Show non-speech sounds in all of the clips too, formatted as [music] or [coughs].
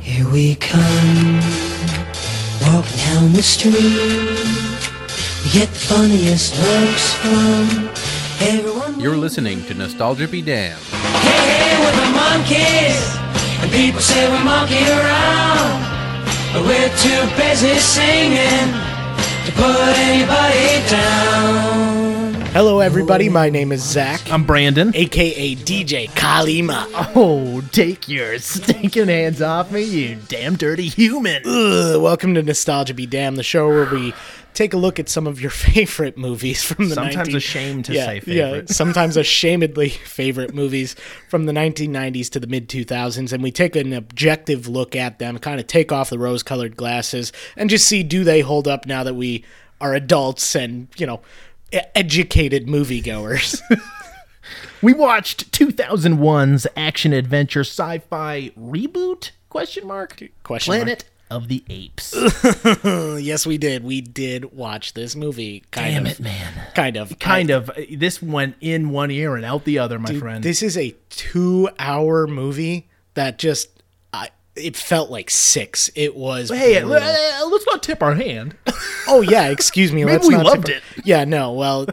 Here we come, walk down the street. We get the funniest looks from everyone. You're listening to Nostalgia Be Damned. Hey, hey, we're the monkeys, and people say we monkey around, but we're too busy singing to put anybody down. Hello, everybody. My name is Zach, I'm Brandon. aka DJ Kalima. Oh, take your stinking hands off me, you damn dirty human. Ugh, welcome to Nostalgia Be Damned, the show where we take a look at some of your [laughs] favorite movies from the Sometimes 19- ashamed to yeah, say Yeah, favorite. [laughs] sometimes ashamedly favorite movies from the 1990s to the mid 2000s, and we take an objective look at them, kind of take off the rose-colored glasses, and just see do they hold up now that we are adults and you know e- educated moviegoers. [laughs] We watched 2001's action adventure sci-fi reboot? Question mark. Question mark. Planet of the Apes. yes, we did. We did watch this movie. Kind Damn of, it, man. Kind of. Kind of. Uh, This went in one ear and out the other, my friend. This is a two-hour movie that just, I, it felt like six. It was. hey, brutal. [laughs] uh, let's not tip our hand. [laughs] oh yeah, excuse me. Maybe let's we not loved tip- it. Yeah, no. Well,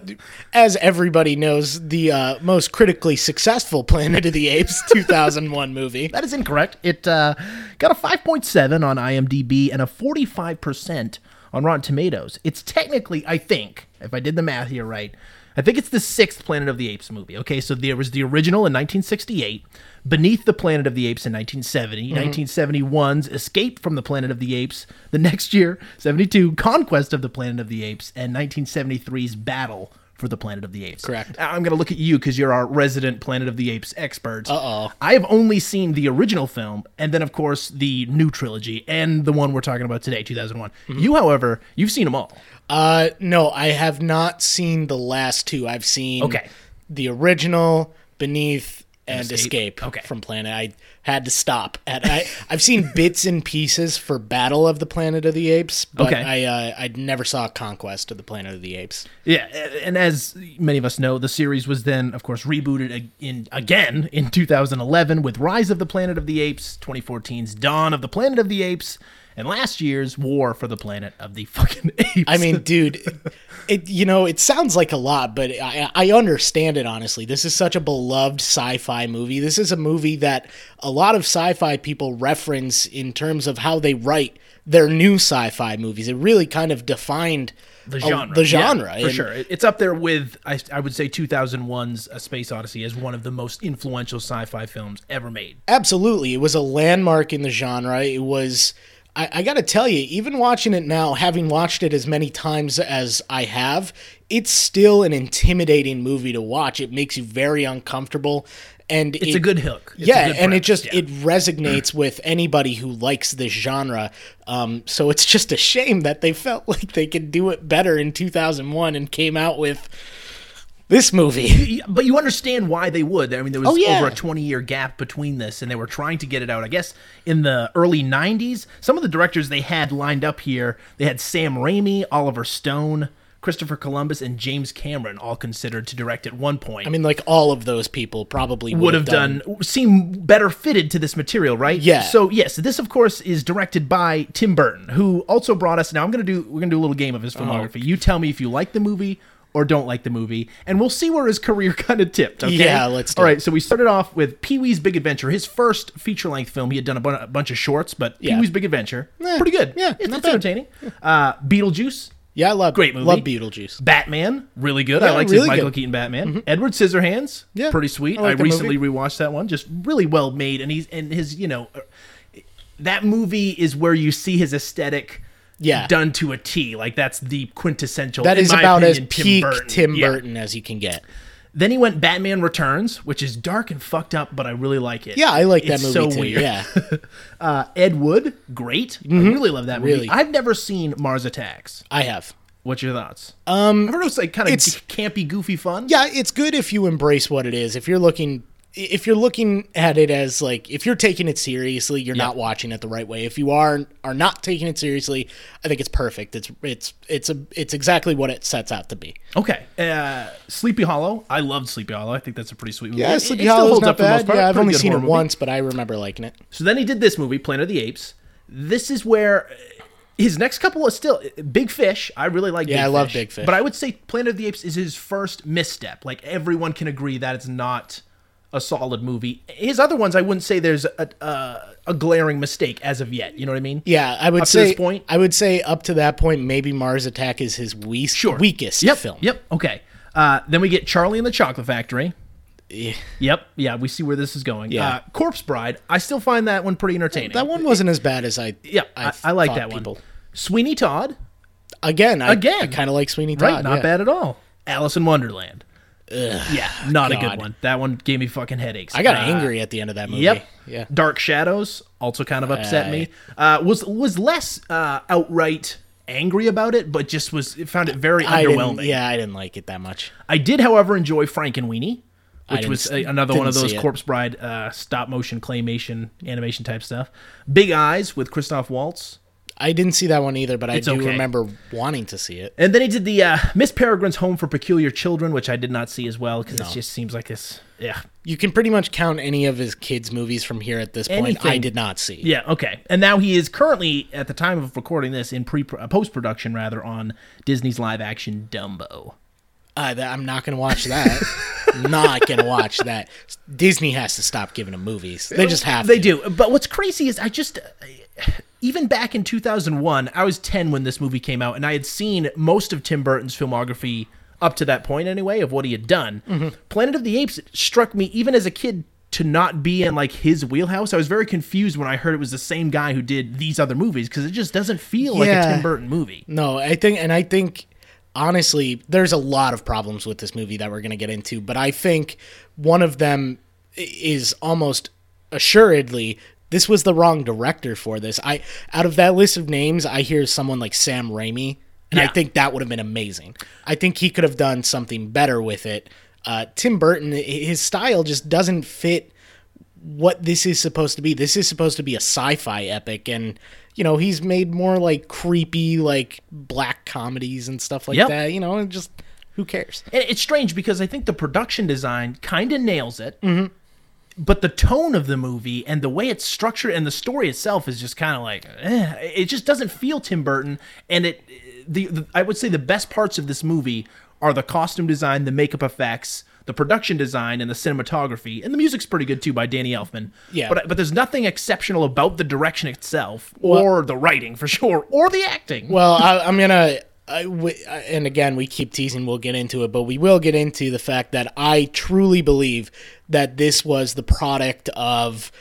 as everybody knows, the uh, most critically successful [laughs] Planet of the Apes 2001 movie. That is incorrect. It uh, got a 5.7 on IMDb and a 45% on Rotten Tomatoes. It's technically, I think, if I did the math here right, I think it's the sixth Planet of the Apes movie. Okay, so there was the original in 1968, Beneath the Planet of the Apes in 1970, 1971's Escape from the Planet of the Apes, the next year, 72, Conquest of the Planet of the Apes, and 1973's Battle for the Planet of the Apes. Correct. I- I'm going to look at you because you're our resident Planet of the Apes expert. Uh oh. I have only seen the original film and then, of course, the new trilogy and the one we're talking about today, 2001. Mm-hmm. You, however, you've seen them all. Uh, no, I have not seen the last two. I've seen Okay. the original Beneath and Escape. Escape, Okay. from Planet. I had to stop at. I, I've seen [laughs] bits and pieces for Battle of the Planet of the Apes, but Okay. I uh, I never saw Conquest of the Planet of the Apes. Yeah, a- and as many of us know, the series was then, of course, rebooted ag- in again in 2011 with Rise of the Planet of the Apes, 2014's Dawn of the Planet of the Apes, and last year's War for the Planet of the fucking [laughs] Apes. I mean, dude, it you know it sounds like a lot, but I, I understand it honestly. This is such a beloved sci-fi movie. This is a movie that a lot of sci-fi people reference in terms of how they write their new sci-fi movies. It really kind of defined the a- genre. Oh, the yeah, genre for And sure. It- It's up there with I, I would say 2001's A Space Odyssey as one of the most influential sci-fi films ever made. Absolutely, it was a landmark in the genre. It was. I, I got to tell you, even watching it now, having watched it as many times as I have, it's still an intimidating movie to watch. It makes you very uncomfortable, and It's a good hook. It's a yeah, good and it premise, just yeah. it [clears throat] resonates with anybody who likes this genre. Um, so it's just a shame that they felt [laughs] like they could do it better in 2001 and came out with this movie. [laughs] Y- But you understand why they would. I mean, there was Oh, yeah. over a 20 year gap between this, and they were trying to get it out, I guess, in the early 90s. Some of the directors they had lined up here they had Sam Raimi, Oliver Stone, Christopher Columbus, and James Cameron all considered to direct at one point. I mean, like all of those people probably would have done, seem better fitted to this material, right? Yeah. So yes, this of course is directed by Tim Burton, who also brought us. Now I'm gonna do we're gonna do a little game of his filmography. Oh. You tell me if you like the movie or don't like the movie, and we'll see where his career [laughs] kind of tipped. Okay? Yeah, let's do All it. right. So we started off with Pee Wee's Big Adventure, his first feature length film. He had done a, bun- a bunch of shorts, but Pee Wee's Big Adventure, pretty good. Eh, yeah, it's, not it's bad. entertaining. Uh, Beetlejuice. Yeah, I love Great movie. Love Beetlejuice. Batman, really good. I Yeah, liked his really Michael good. Mm-hmm. Keaton Batman. Edward Scissorhands, Yeah, pretty sweet. I I, like that recently rewatched that one. Just really well made, and he's and his you know, uh, that movie is where you see his aesthetic. Yeah. done to a T. Like that's the quintessential. That in is my about opinion, as peak Tim Burton, Yeah. as you can get. Then he went Batman Returns, which is dark and fucked up, but I really like it. Yeah, I like that It's movie so too. Weird. [laughs] Yeah, Mm-hmm. Uh, Ed Wood, great. I really love that movie. Really. I've never seen Mars Attacks. I have. What's your thoughts? Um, I don't know. It's like kind of it's- campy, goofy fun. Yeah, it's good if you embrace what it is. If you're looking if you're looking at it as like if you're taking it seriously, you're not watching it the right way. If you are are not taking it seriously, I think it's perfect. It's it's it's a it's exactly what it sets out to be. Okay, uh, Sleepy Hollow. I loved Sleepy Hollow. I think that's a pretty sweet movie. It- Yeah, it Sleepy still Hollow's holds not up for the most bad. part. Yeah, I've Pretty only good seen it horror movie. once, but I remember liking it. So then he did this movie, Planet of the Apes. This is where uh, his next couple is still uh, Big Fish. I really like. Yeah, Big I love Fish, Big Fish. But I would say Planet of the Apes is his first misstep. Like everyone can agree that it's not a solid movie. His other ones, I wouldn't say there's a a, a glaring mistake as of yet. You know what I mean? Yeah, I would Up to say this point? I would say up to that point, maybe Mars Attack is his weakest Sure. weakest yep, film. Yep. Okay. Uh, then we get Charlie and the Chocolate Factory. Yeah. Yep. Yeah, we see where this is going. Yeah. Uh, Corpse Bride. I still find that one pretty entertaining. That one wasn't as bad as I. Yeah, I, I like thought that one. people- Sweeney Todd. Again, I, Again. I kind of like Sweeney Todd. Right, not yeah. bad at all. Alice in Wonderland. yeah, not a God. good one. That one gave me fucking headaches. I got Uh, angry at the end of that movie. Yep. Yeah. Dark Shadows also kind of upset Uh, me. Uh, was was less uh, outright angry about it, but just was found it very I didn't, underwhelming. yeah, I didn't like it that much. I did, however, enjoy Frank and Weenie, which didn't was s- a, another one of didn't those see it. Corpse Bride uh, stop motion claymation animation type stuff. Big Eyes with Christoph Waltz. I didn't see that one either, but I It's do okay. remember wanting to see it. And then he did the uh, Miss Peregrine's Home for Peculiar Children, which I did not see as well because it just seems like this. Yeah, You can pretty much count any of his kids' movies from here at this point. I Anything. did not see. yeah, okay. And now he is currently at the time of recording this in pre uh, post production rather on Disney's live action Dumbo. Uh, that, I'm not going to watch [laughs] that. not going to watch that. Disney has to stop giving him movies. They just have They to. do. But what's crazy is I just even back in 2001, I was 10 when this movie came out and I had seen most of Tim Burton's filmography up to that point anyway of what he had done. Mm-hmm. Planet of the Apes struck me even as a kid to not be in like his wheelhouse. I was very confused when I heard it was the same guy who did these other movies because it just doesn't feel like a Yeah. Tim Burton movie. No, I think, and I think, honestly, there's a lot of problems with this movie that we're going to get into, but I think one of them i- is almost assuredly this was the wrong director for this. I out of that list of names, I hear someone like Sam Raimi, and I Yeah. think that would have been amazing. I think he could have done something better with it. Uh, Tim Burton, i- his style just doesn't fit what this is supposed to be. This is supposed to be a sci-fi epic, and you know he's made more like creepy, like black comedies and stuff like Yep. that. You know, and just who cares? And it's strange because I think the production design kind of nails it. But the tone of the movie and the way it's structured and the story itself is just kind of like, eh, it just doesn't feel Tim Burton. And it, the, the I would say the best parts of this movie are the costume design, the makeup effects, the production design, and the cinematography. And the music's pretty good too by Danny Elfman. Yeah. But but there's nothing exceptional about the direction itself, Well- or the writing for sure, or the acting. Well, I, I'm gonna. I, we, I- and again, we keep teasing. We'll get into it, but we will get into the fact that I truly believe that this was the product of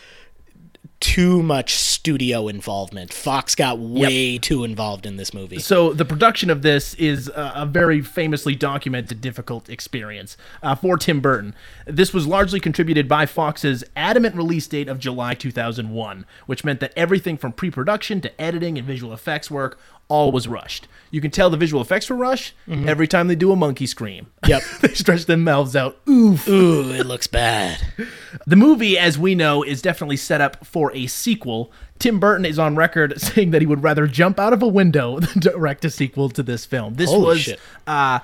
too much studio involvement. Fox got way too involved in this movie. So the production of this is a, a very famously documented difficult experience uh, for Tim Burton. This was largely contributed by Fox's adamant release date of July 2001, which meant that everything from pre-production to editing and visual effects work all was rushed. You can tell the visual effects were rushed every time they do a monkey scream. Yep. [laughs] they stretch their mouths out. Oof. Ooh, it looks bad. The movie, as we know, is definitely set up for a sequel. Tim Burton is on record [laughs] saying that he would rather jump out of a window [laughs] than direct a sequel to this film. This Holy was, shit. Uh,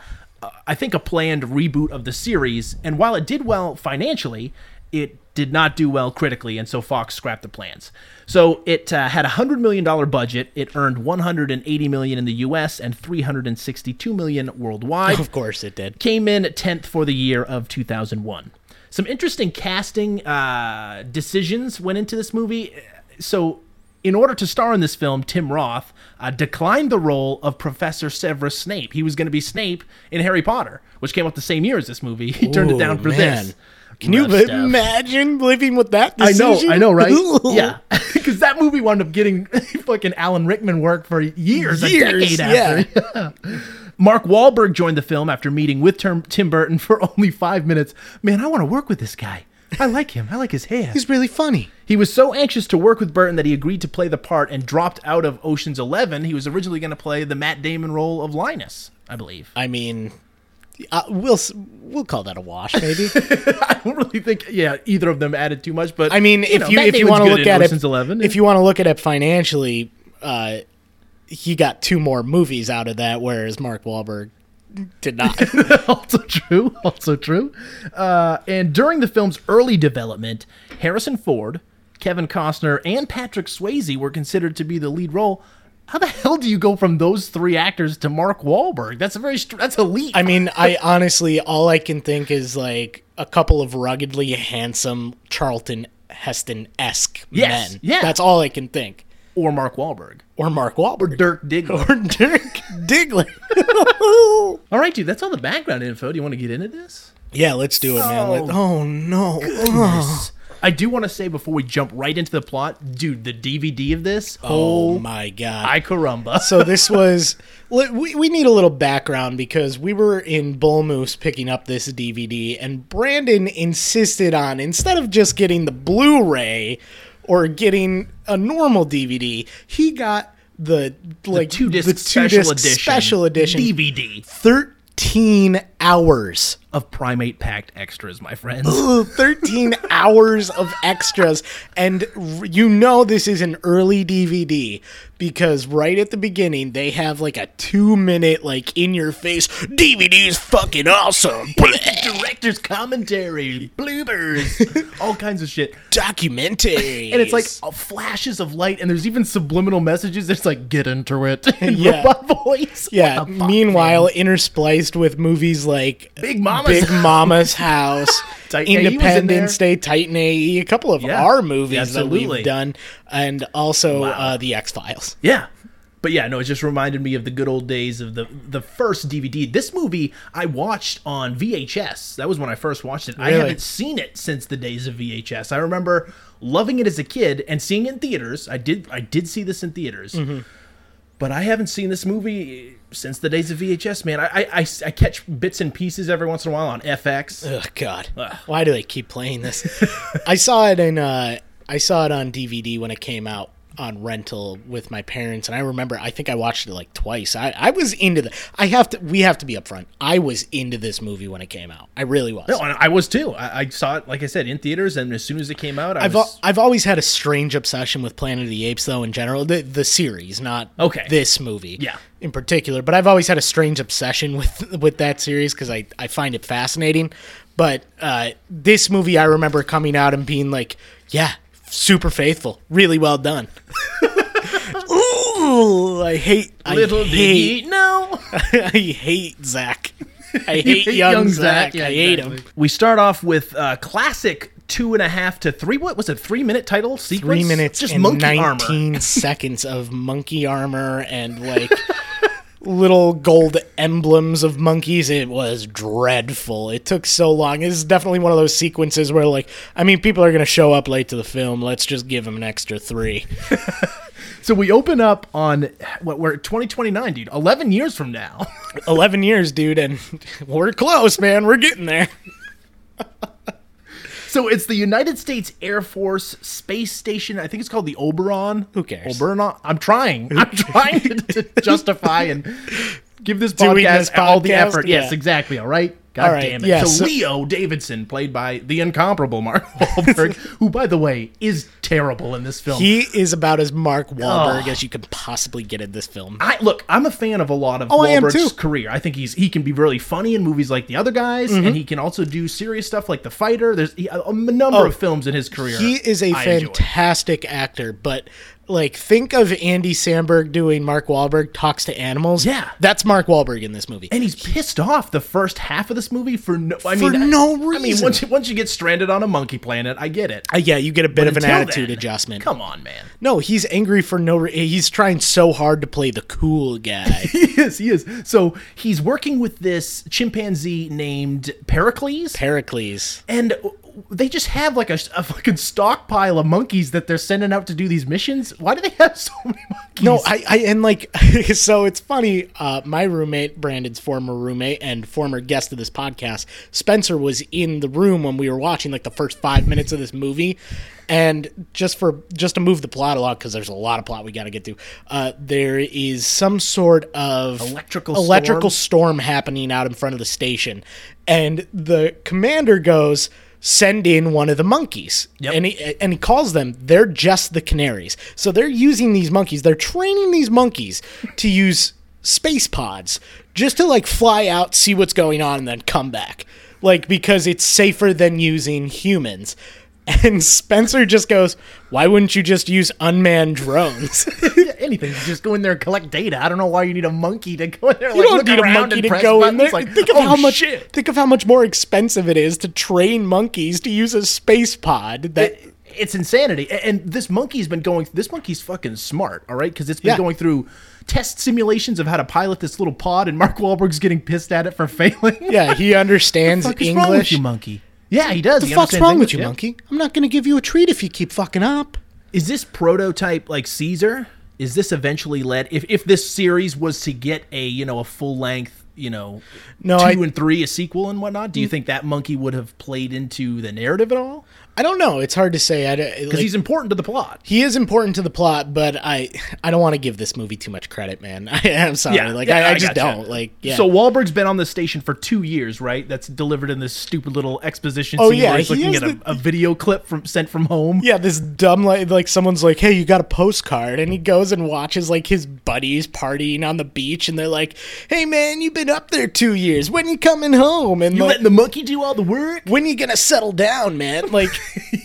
I think, a planned reboot of the series. And while it did well financially, it did not do well critically, and so Fox scrapped the plans. So it uh, had a hundred million dollar budget. It earned 180 million in the U.S. and 362 million worldwide [laughs] Of course, it did. came in at 10th for the year of 2001. Some interesting casting uh, decisions went into this movie. So, in order to star in this film, Tim Roth uh, declined the role of Professor Severus Snape. He was going to be Snape in Harry Potter, which came out the same year as this movie. [laughs] He turned it Ooh, down for man. this. Can you Rough li- stuff. imagine living with that? I know, Decision? I know, right? [laughs] yeah. [laughs] yeah, because that movie wound up getting [laughs] fucking Alan Rickman work for years, a Years, decade after. [laughs] Mark Wahlberg joined the film after meeting with Tim Tim Burton for [laughs] only five minutes. Man, I want to work with this guy. I like him. I like his hair. He's really funny. He was so anxious to work with Burton that he agreed to play the part and dropped out of Ocean's Eleven. He was originally going to play the Matt Damon role of Linus, I believe. [laughs] I mean, Uh, we'll s- we'll call that a wash, [laughs] maybe. I don't really think yeah either of them added too much, but I mean, if know, you Matt if you Damon's want to good look in at Ocean's it, Eleven, if you want to look at it financially, uh, he got two more movies out of that, whereas Mark Wahlberg did [laughs] not. also true, also true. Uh, and during the film's early development, Harrison Ford, Kevin Costner, and Patrick Swayze were considered to be the lead role. How the hell do you go from those three actors to Mark Wahlberg? That's a very str- that's a leap. I mean, I honestly, all I can think is like a couple of ruggedly handsome Charlton Heston esque Yes, men. yeah. that's all I can think. or Mark Wahlberg, Or Mark Wahlberg, Dirk [laughs] Diggler. or Dirk Diggler. All right, dude, that's all the background info. Do you want to get into this? [laughs] yeah, let's do it, man. Let- oh no. I do want to say before we jump right into the plot, dude, the DVD of this, Oh oh, my god. my caramba. so this was li- we, we need a little background because we were in bull moose picking up this dvd and brandon insisted on instead of just getting the blu-ray or getting a normal dvd he got the like two disc the special edition special edition DVD 13 hours of Primate Packed extras, my friends. [gasps] [gasps] Ooh, 13 hours of extras. And r- you know, this is an early DVD because right at the beginning, they have like a two minute, like in your face, DVD is fucking awesome. Bleh. Director's commentary, [laughs] bloopers, all kinds of shit. Documentary. And it's like uh, flashes of light, and there's even subliminal messages. It's like, get into it [laughs] in Yeah. robot voice. yeah. What the fuck, Meanwhile, interspliced with movies like Big Mama's Big House. Mama's House, [laughs] Titan AE was in Independence there. Day, Titan AE, a couple of Yeah. our movies that Absolutely. we've done, and also Wow. uh, the X Files. Yeah. But yeah, no, it just reminded me of the good old days of the the first DVD. This movie I watched on VHS. That was when I first watched it. I Really? haven't seen it since the days of VHS. I remember loving it as a kid and seeing it in theaters. I did I did see this in theaters. Mm-hmm. But I haven't seen this movie since the days of VHS, man. I I, I s- I catch bits and pieces every once in a while on FX. Oh God! Why do they keep playing this? I saw it in uh, I saw it on DVD when it came out on rental with my parents, and I remember I think I watched it like twice. I, I was into the. I have to. We have to be upfront. I was into this movie when it came out. I really was. No, and I was too. I, I saw it, like I said, in theaters, and as soon as it came out, I I've, was. al- I've always had a strange obsession with Planet of the Apes, though, in general. The, the series, not Okay. this movie Yeah. in particular. But I've always had a strange obsession [laughs] with, with that series because I, I find it fascinating. But uh, this movie, I remember coming out and being like, yeah, super faithful. Really well [laughs] done. Ooh, I hate. Little I did hate, he know. [laughs] [laughs] I hate Zach. I hate young, Zach. I hate him. We start off with uh, classic two and a half to three. What was it? Three minute title sequence. three minutes Just and monkey 19 [laughs] armor. seconds of monkey armor and like little gold emblems of monkeys it was dreadful it took so long this is definitely one of those sequences where like i mean people are going to show up late to the film let's just give them an extra three So we open up on what we're twenty twenty nine, dude. Eleven years from now. [laughs] 11 years dude and [laughs] we're close man we're getting there so it's the United States Air Force Space Station. I think it's called the Oberon. Who cares? Oberon. I'm trying. I'm trying to, to [laughs] justify and give [laughs] this Doing podcast, this all the podcast? effort. Yes, Yeah. exactly. All right. God All right, damn it. yeah, so, so- Leo Davidson, played by the incomparable Mark [laughs] [laughs] Wahlberg, who, by the way, is terrible in this film. he is about as mark Wahlberg Oh. as you could possibly get in this film I look, I'm a fan of a lot of Oh, I am Wahlberg's too. career. I think he's he can be really funny in movies like the other guys, Mm-hmm. and he can also do serious stuff like The Fighter. There's he, a, a number of films in his career. Oh, He is a I enjoy. fantastic actor, but like think of Andy Samberg doing Mark Wahlberg talks to animals. Yeah. That's Mark Wahlberg in this movie. and he's pissed off the first half of this movie for no. I For mean, no I mean, reason. once you, once you get stranded on a monkey planet, I get it. Uh, yeah, you get a bit of an Until attitude then, adjustment. Come on, man. [laughs] No, he's angry for no re- he's trying so hard to play the cool [laughs] guy. He is. He is. So he's working with this chimpanzee named Pericles. Pericles. And they just have like a, a fucking stockpile of monkeys that they're sending out to do these missions. Why do they have [laughs] so many monkeys? No, I, I and like [laughs] so it's funny. Uh, my roommate, Brandon's former roommate and former guest of this podcast, Spencer was in the room when we were watching like the first five minutes of this movie, and just for just to move the plot along because there's a lot of plot we got to get to. Uh, there is some sort of Electrical electrical storm happening out in front of the station, and the commander goes. Send in one of the monkeys, Yep. and he and he calls them they're just the canaries so they're using these monkeys they're training these monkeys to use space pods just to like fly out see what's going on and then come back like because it's safer than using humans [laughs] and spencer just goes why wouldn't you just use unmanned drones [laughs] [laughs] anything. You just go in there and collect data. I don't know why you need a monkey to go in there. you like, don't look need a around monkey and to press go in buttons, there Like, think of oh, how much shit. think of how much more expensive it is to train monkeys to use a space pod that It- it's insanity. A- And this monkey's been going. This monkey's fucking smart, all right, because it's been Yeah. going through test simulations of how to pilot this little pod, and Mark Wahlberg's getting pissed at it for failing. yeah [laughs] he understands fuck is english wrong with you, monkey? Yeah, he does. The He fuck's understands wrong English, with you, yeah. monkey? I'm not gonna give you a treat if you keep fucking up. Is this prototype like Caesar? Is this eventually led? If if this series was to get a you know a full length you know No, two I- Mm. and three a sequel and whatnot, do you think that monkey would have played into the narrative at all? I don't know. It's hard to say. I because Because he's important to the plot. he is important to the plot, but I I don't want to give this movie too much credit, man. [laughs] I, am sorry. like I, I, just gotcha. don't. Like yeah. So Wahlberg's been on this station for two years, right? That's delivered in this stupid little exposition Oh, scene yeah, where he's he looking is at a, the- a video clip from sent from home. yeah, this dumb like like someone's like, hey, you got a postcard, and he goes and watches like his buddies partying on the beach, and they're like, hey man, you've been up there two years. When you coming home? And You like, letting the monkey do all the work? when you gonna settle down, man? [laughs] Like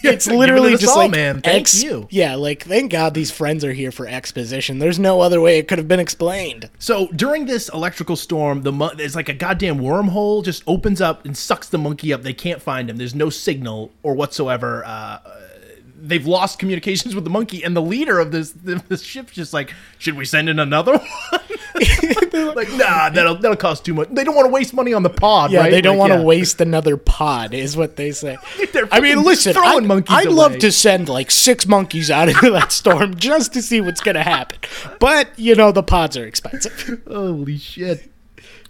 give it it's to literally us just all, like man. Thank you. Yeah, like thank God these friends are here for exposition. There's no other way it could have been explained. So during this electrical storm, the mon- there's like a goddamn wormhole just opens up and sucks the monkey up. They can't find him. There's no signal or whatsoever. Uh, they've lost communications with the monkey, and the leader of this [laughs] this ship's just like, should we send in another [laughs] one? like, nah, that'll that'll cost too much. They don't want to waste money on the pod. Yeah, right? they don't Like, want to yeah. waste another pod, is what they [laughs] say. They're I mean, fucking listen, throwing I, monkeys I'd love away. to send like six monkeys out into [laughs] that storm just to see what's gonna happen. But you know, the pods are expensive. [laughs] Holy shit.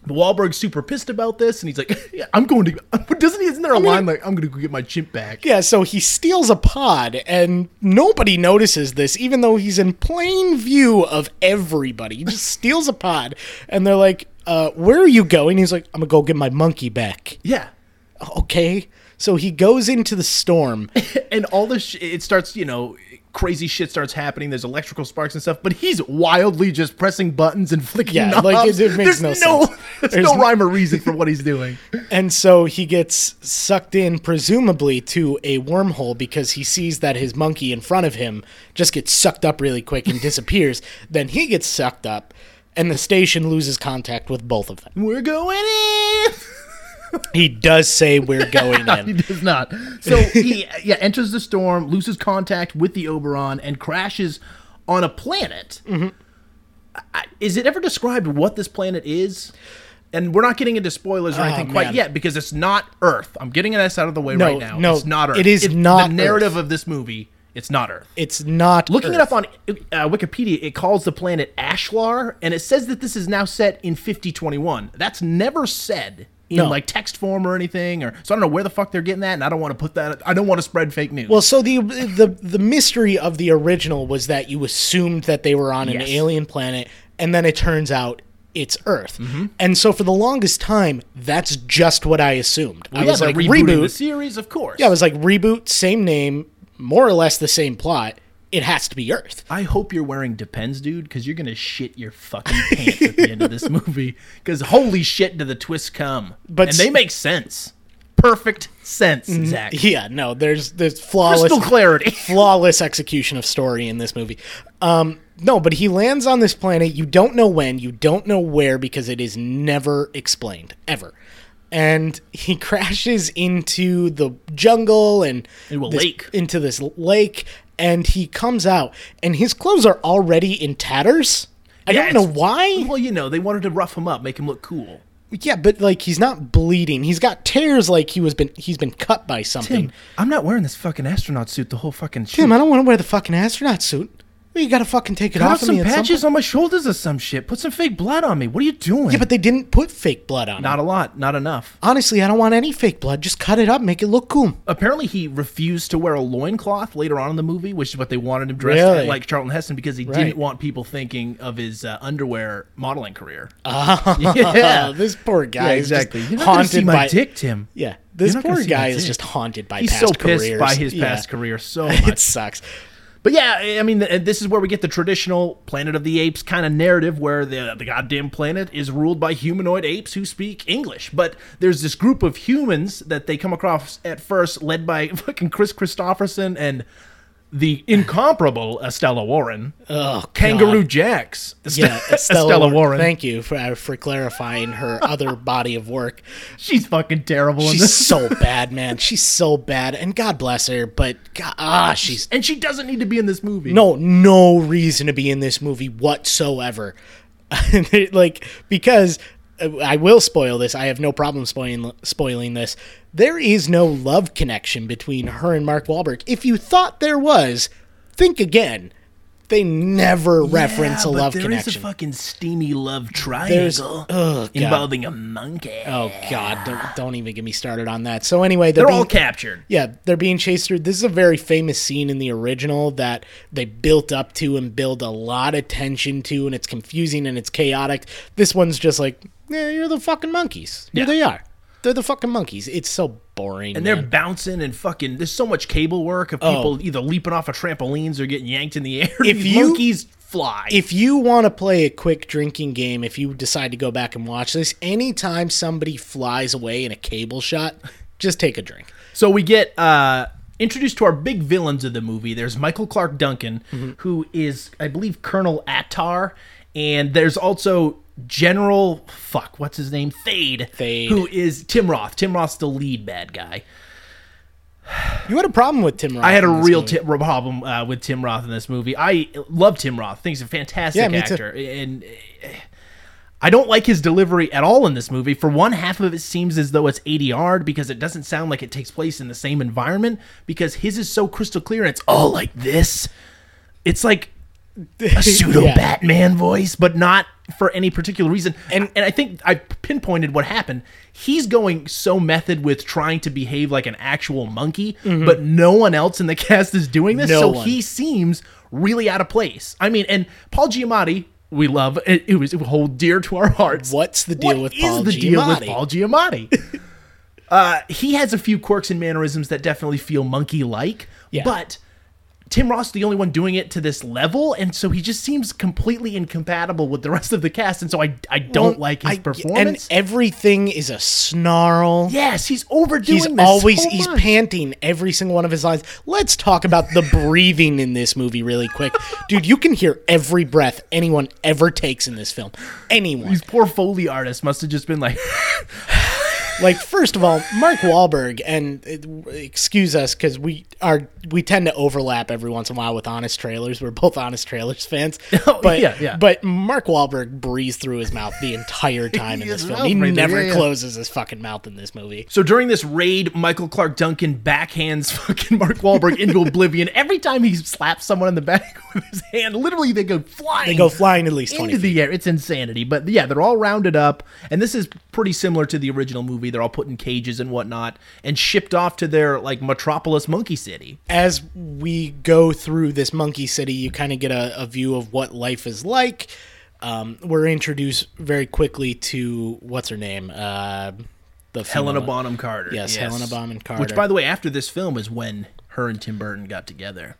The Wahlberg's super pissed about this, and he's like, [laughs] yeah, "I'm going to." [laughs] Doesn't he? Isn't there a line like, "I'm going to go get my chimp back"? Yeah, so he steals a pod, and nobody notices this, even though he's in plain view of everybody. He just [laughs] steals a pod, and they're like, uh, "Where are you going?" He's like, "I'm gonna go get my monkey back." yeah. Okay, so he goes into the storm. [laughs] and all this sh- it starts you know crazy shit starts happening there's electrical sparks and stuff but he's wildly just pressing buttons and [laughs] flicking Yeah, knobs. like, it- it makes there's no sense. [laughs] there's, There's no n- rhyme or reason for what he's doing [laughs] And so he gets sucked in, presumably to a wormhole, because he sees that his monkey in front of him just gets sucked up really quick [laughs] and disappears. then he gets sucked up, and the station loses contact with both of them. we're going in He does say, [laughs] We're going he in. does not [laughs] so he yeah enters the storm loses contact with the oberon and crashes on a planet Mm-hmm. I- is it ever described what this planet is and we're not getting into spoilers or anything quite Oh, man. yet because it's not Earth. I'm getting this out of the way No, right now. no, it's not Earth. it is It's not the Earth. narrative of this movie. It's not Earth. It's not. Looking it Earth. up on uh, Wikipedia, it calls the planet Ashlar, and it says that this is now set in 5021. That's never said in No. like text form or anything, or so I don't know where the fuck they're getting that, and I don't want to put that. I don't want to spread fake news. Well, so the the the mystery of the original was that you assumed that they were on an Yes. alien planet, and then it turns out it's Earth. Mm-hmm. And so for the longest time, that's just what I assumed. I yeah, was they're like rebooting the reboot. series, of course. Yeah, I was like reboot, same name, more or less the same plot. It has to be Earth. [laughs] I hope you're wearing Depends, dude, because you're gonna shit your fucking pants at the end of [laughs] this movie. Because holy shit, do the twists come? But and they s- Mm-hmm. make sense, perfect sense, Zach. Yeah, no, there's there's flawless Crystal [laughs] clarity. flawless execution of story in this movie. Um, no, but he lands on this planet. You don't know when, you don't know where, because it is never explained ever. And he [laughs] crashes into the jungle and Into a this- lake. into this lake, and he comes out, and his clothes are already in tatters. I Yeah, don't know it's- why. Well, you know, they wanted to rough him up, make him look cool. Yeah, but like he's not bleeding. He's got tears like he was been he's been cut by something. Tim, Tim, I'm not wearing this fucking astronaut suit the whole fucking shoot. I don't want to wear the fucking astronaut suit. You gotta fucking take it Put off of some me. at some patches point. on my shoulders or some shit. Put some fake blood on me. What are you doing? Yeah, but they didn't put fake blood on. not him. a lot, not enough. Honestly, I don't want any fake blood. Just cut it up, make it look cool. Apparently, he refused to wear a loincloth later on in the movie, which is what they wanted him dressed Really? like Charlton Heston because he Right. didn't want people thinking of his uh, underwear modeling career. [laughs] [laughs] Uh, Yeah, this poor guy Yeah, is just exactly. You're not gonna haunted see my by dick, Tim. Yeah, this not gonna poor see my guy is dick. just haunted by He's past so pissed careers. by his Yeah. past career [laughs] so It much. sucks. But yeah, I I mean, th- this is where we get the traditional Planet of the Apes kind of narrative where the, the goddamn planet is ruled by humanoid apes who speak English. But there's this group of humans that they come across at first, led by [laughs] fucking Chris Christopherson and the incomparable Estella Warren. Oh, God. Kangaroo Jacks. Est- [laughs] Yeah, [laughs] Estella, Warren. Thank you for uh, for clarifying her other body of work. She's fucking terrible in She's this. so [laughs] bad, man. She's so bad, and God bless her. But God, ah, she's And she doesn't need to be in this movie. no no reason to be in this movie whatsoever. [laughs] like because uh, I will spoil this. I have no problem spoiling spoiling this. There is no love connection between her and Mark Wahlberg. If you thought there was, think again. They never reference a Yeah, but love There is a connection. fucking steamy love There's- triangle oh, God. involving a monkey. Oh God! Don't, don't even get me started on that. So anyway, They're being, all captured. Yeah, they're being chased through. This is a very famous scene in the original that they built up to and build a lot of tension to, and it's confusing and it's chaotic. This one's just like, yeah, you're the fucking monkeys. Here Yeah. they are. They're the fucking monkeys. It's so boring. And they're man. Oh. bouncing and fucking. There's so much cable work of people either leaping off of trampolines or getting yanked in the air. If [laughs] These you- monkeys fly, if you want to play a quick drinking game, if you decide to go back and watch this, anytime somebody flies away in a cable shot, [laughs] just take a drink. So we get uh, introduced to our big villains of the movie. There's Michael Clark Duncan, Mm-hmm. who is, I believe, Colonel Attar, and there's also General fuck, what's his name? Thade, Thade. who is Tim Roth. Tim Roth's the lead bad guy. You had a problem with Tim Roth. I had a in this real movie. ti- problem uh, with Tim Roth in this movie. I love Tim Roth. Think he's a fantastic Yeah, me too. actor, and uh, I don't like his delivery at all in this movie. For one, half of it seems as though it's ADR because it doesn't sound like it takes place in the same environment. Because his is so crystal clear, and it's all like this. [laughs] It's like a pseudo Yeah. Batman voice, but not for any particular reason. And- And and I think I pinpointed what happened. He's going so method with trying to behave like an actual monkey, but no one else in the [laughs] cast is doing this. Mm-hmm. No so one. he seems really out of place. I mean, and Paul Giamatti, we love it, it was it would hold dear to our hearts. What's the deal What with Paul is the deal with Giamatti? [laughs] Paul Giamatti? uh, he has a few quirks and mannerisms that definitely feel monkey like, Yeah. but Tim Ross the only one doing it to this level, and so he just seems completely incompatible with the rest of the cast, and so I I don't Well, like his I- performance. And everything is a snarl. yes, he's overdoing. He's this always so he's much. panting every single one of his lines. Let's talk about the breathing in this movie really quick, dude. You can hear every breath anyone ever takes in this film. Anyone, These poor Foley artists must have just been like, [laughs] like first of all, Mark Wahlberg, and uh, excuse us because we are we tend to overlap every once in a while with Honest Trailers. We're both Honest Trailers fans, [laughs] Oh, but yeah, yeah. but Mark Wahlberg breathes through his mouth the [laughs] entire time in His this film. mouth He breather, never yeah, yeah. closes his fucking mouth in this movie. So during this raid, Michael Clark Duncan backhands [laughs] fucking Mark Wahlberg into oblivion. Every time he slaps someone in the back [laughs] with his hand, literally they go flying. They go flying at least twenty into feet. the air. It's insanity. But yeah, they're all rounded up, and this is pretty similar to the original movie. They're all put in cages and whatnot, and shipped off to their like metropolis, Monkey City. as we go through this monkey city, you kind of get a, a view of what life is like. Um, we're introduced very quickly to what's her name, uh, the Helena female- Bonham Carter. Yes, Helena Bonham Carter. Which, by the way, after this film is when her and Tim Burton got together.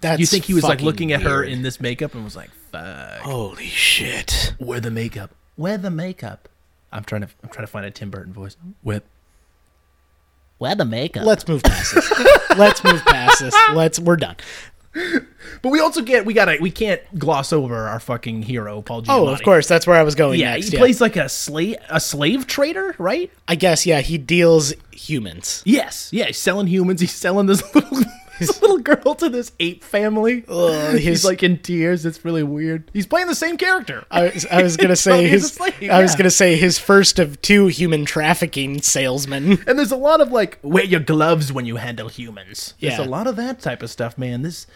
That's you think he was like fucking looking at her weird. in this makeup and was like, "Fuck." holy shit? Wear the makeup. Wear the makeup. I'm trying to I'm trying to find a Tim Burton voice. Whip. Wear the makeup. Let's move past this. [laughs] Let's move past this. Let's. We're done. but we also get we gotta we can't gloss over our fucking hero Paul Giamatti. Oh, of course, that's where I was going Yeah, next. he yeah. plays like a slave a slave trader, right? I guess. Yeah, he deals humans. Yes. Yeah, he's selling humans. He's selling this [laughs] little this little girl to this ape family. Ugh, He's his- like in tears. It's really weird. He's playing the same character. I was, I was [laughs] gonna So say he's a his. slave, I was yeah. gonna say his first of two human trafficking salesmen. And there's a lot of like, wear your gloves when you handle humans. Yeah. There's a lot of that type of stuff, man. This,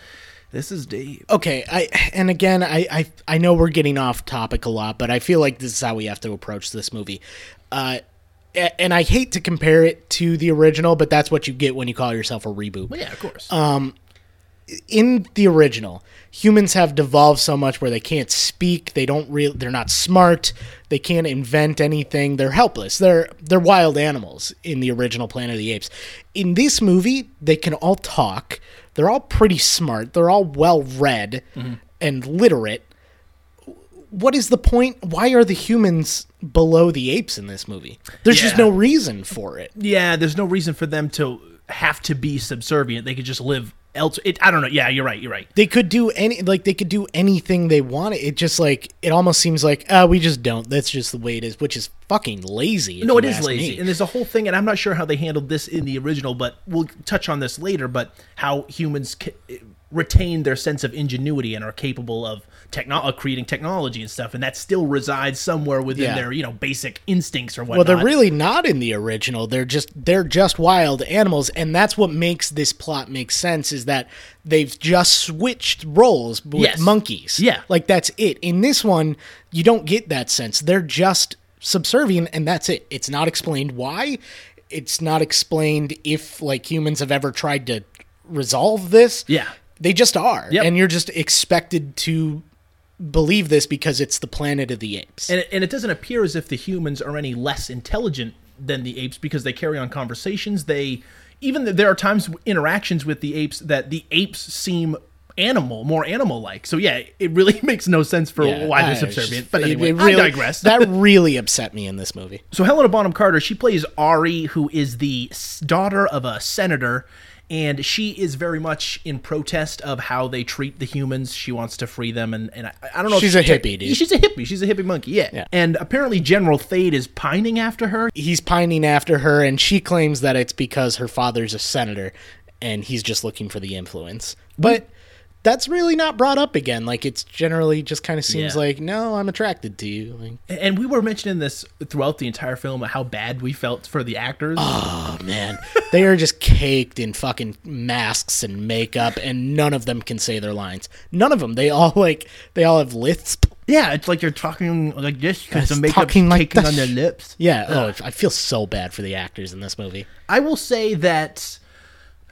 this is deep. Okay, I and again, I, I I know we're getting off topic a lot, but I feel like this is how we have to approach this movie. Uh, a- and I hate to compare it to the original, but that's what you get when you call yourself a reboot. Well, Oh, yeah, of course. in the original, humans have devolved so much where they can't speak, they don't real they're not smart, they can't invent anything, they're helpless. They're they're wild animals in the original Planet of the Apes. In this movie, they can all talk. They're all pretty smart. They're all well read and literate. What is the point? Why are the humans below the apes in this movie? There's just Yeah. no reason for it. yeah, there's no reason for them to have to be subservient. They could just live else. It, I don't know. Yeah, you're right. You're right. they could do any like they could do anything they wanted. It just like it almost seems like uh, we just don't. That's just the way it is, which is fucking lazy. if No, it you is ask lazy. me. And there's a whole thing, and I'm not sure how they handled this in the original, but we'll touch on this later. But how humans c- retain their sense of ingenuity and are capable of techno- of creating technology and stuff, and that still resides somewhere within Yeah. their you know basic instincts or well, whatnot. they're really not in the original. They're just they're just wild animals, and that's what makes this plot make sense. Is that they've just switched roles with Yes. monkeys. Yeah. like that's it. In this one, you don't get that sense. They're just subservient, and that's it. It's not explained why. It's not explained if like humans have ever tried to resolve this. Yeah. They just are. Yep. And you're just expected to believe this because it's the planet of the apes. and it, and it doesn't appear as if the humans are any less intelligent than the apes because they carry on conversations. They even th- there are times w- interactions with the apes that the apes seem animal, more animal like. So yeah, it really [laughs] makes no sense for Yeah, why I- they're it's subservient. just- But it- anyway, it really- I digress. that really upset me in this movie. So Helena Bonham Carter, she plays Ari, who is the s- daughter of a senator, and she is very much in protest of how they treat the humans. She wants to free them, and, and I, I don't know. She's if a hippie, dude. She's a hippie. She's a hippie monkey. Yeah. Yeah. And apparently, General Thade is pining after her. He's pining after her, and she claims that it's because her father's a senator and he's just looking for the influence. But that's really not brought up again. Like, it's generally just kind of seems Yeah. like, no, I'm attracted to you. Like, And we were mentioning this throughout the entire film how bad we felt for the actors. oh, man. they are just caked in fucking masks and makeup, and none of them can say their lines. None of them. They all, like, they all have lisp. Yeah, it's like they're talking like this because the Yes, makeup's talking like taking this. on their lips. Yeah. Oh, I feel so bad for the actors in this movie. I will say that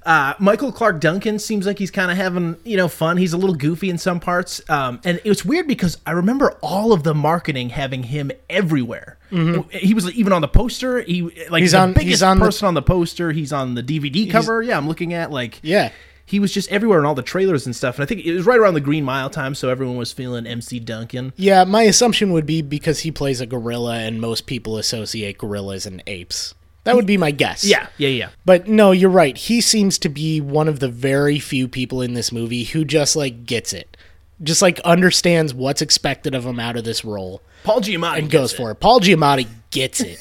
uh, Michael Clark Duncan seems like he's kind of having you know fun. He's a little goofy in some parts, um, and it was weird because I remember all of the marketing having him everywhere. He was even on the poster. He like Mm-hmm. He's the on- biggest he's on the- person on the poster. He's on the DVD cover. Yeah, I'm looking at like Yeah. He was just everywhere in all the trailers and stuff. And I think it was right around the Green Mile time, so everyone was feeling MC Duncan. Yeah, my assumption would be because he plays a gorilla and most people associate gorillas and apes. That would be my guess. Yeah, yeah, yeah. But no, you're right. He seems to be one of the very few people in this movie who just like gets it. Just like understands what's expected of him out of this role Paul Giamatti and goes for it. Paul Giamatti gets [laughs] it.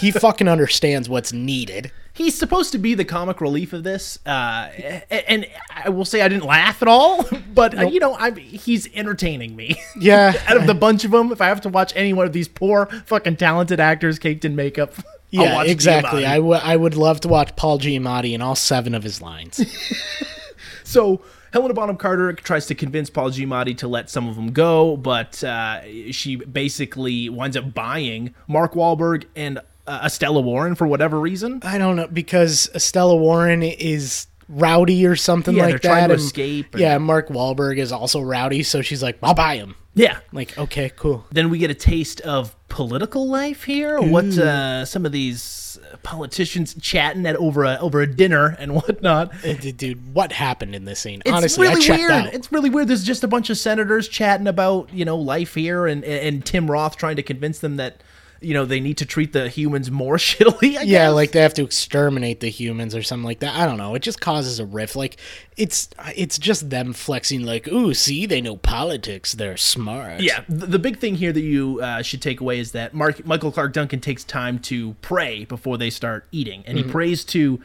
he fucking understands what's needed. he's supposed to be the comic relief of this, uh, a- and I will say I didn't laugh at all. [laughs] But uh, you know, I'm, he's entertaining me. Yeah. [laughs] Out of the bunch of them, if I have to watch any one of these poor fucking talented actors caked in makeup, [laughs] I'll Yeah, watch exactly. Giamatti. I, w- I would love to watch Paul Giamatti and all seven of his lines. So Helena Bonham Carter tries to convince Paul Giamatti to let some of them go, but uh, she basically winds up buying Mark Wahlberg and uh, Estella Warren for whatever reason. I don't know because Estella Warren is rowdy or something Yeah, like they're that. trying to and- escape and- Yeah, Mark Wahlberg is also rowdy, so she's like, "I'll buy him." Yeah, Like, okay, [laughs] cool. then we get a taste of political life here. What uh, some of these politicians chatting at over a over a dinner and [laughs] whatnot. Uh, d- Dude, what happened in this scene? It's Honestly, I really checked weird. out. It's really weird. There's just a bunch of senators chatting about you know life here, and and Tim Roth trying to convince them that you know they need to treat the humans more [laughs] shittily. I yeah, guess. like they have to exterminate the humans or something like that. I don't know. It just causes a rift. Like it's it's just them flexing. Like, ooh, see, they know politics. They're smart. Yeah, the, the big thing here that you uh, should take away is that Mm-hmm. Mark Michael Clark Duncan takes time to pray before they start eating, and he prays to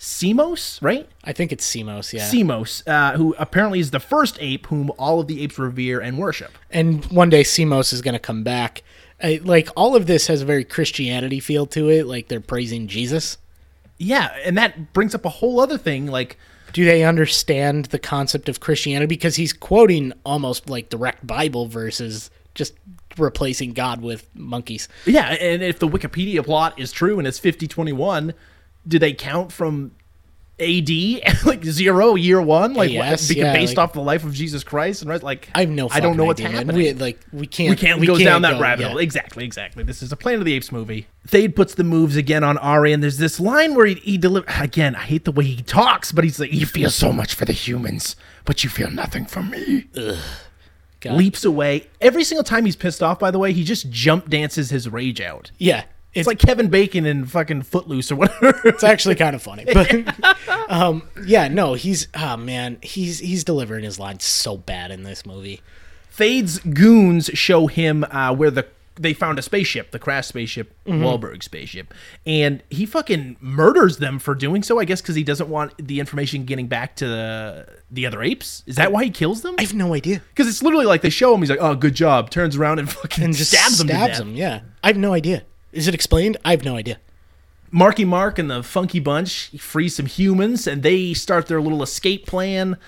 Simos, right? I think it's Simos, yeah. Simos, uh, who apparently is the first ape whom all of the apes revere and worship. and one day Simos is going to come back. I, like all of this has a very Christianity feel to it. Like they're praising Jesus. Yeah, and that brings up a whole other thing. Like, Do they understand the concept of Christianity? Because he's quoting almost like direct Bible verses, just replacing God with monkeys. yeah, and if the Wikipedia plot is true and it's 5021, do they count from AD, [laughs] like zero, year one? Like, Yes, what- beca- yeah, based like- off the life of Jesus Christ? And right, like, I have no. I don't fucking know what's idea, man. happening. We, like we can't. we can't go down that rabbit yeah. hole. Exactly, exactly. This is a Planet of the Apes movie. Thade puts the moves again on Ari, and there's this line where he, he deliver. Again, I hate the way he talks, but he's like, "You feel so much for the humans, but you feel nothing for me." God. Leaps away. Every single time he's pissed off, by the way, he just jump dances his rage out. Yeah, It's like Kevin Bacon in fucking Footloose or whatever. It's actually kind of funny, but [laughs] um, yeah, no, he's oh man, he's he's delivering his lines so bad in this movie. Fade's goons show him uh, where the they found a spaceship, the crash spaceship, Mm-hmm. Wahlberg spaceship, and he fucking murders them for doing so. I guess because he doesn't want the information getting back to the, the other apes. Is that why he kills them? I have no idea, Because it's literally like they show him. He's like, "Oh, good job." Turns around and fucking and just stabs stabs, him. to death. him. Yeah, I have no idea. Is it explained? I have no idea. Marky Mark and the Funky Bunch free some humans, and they start their little escape plan.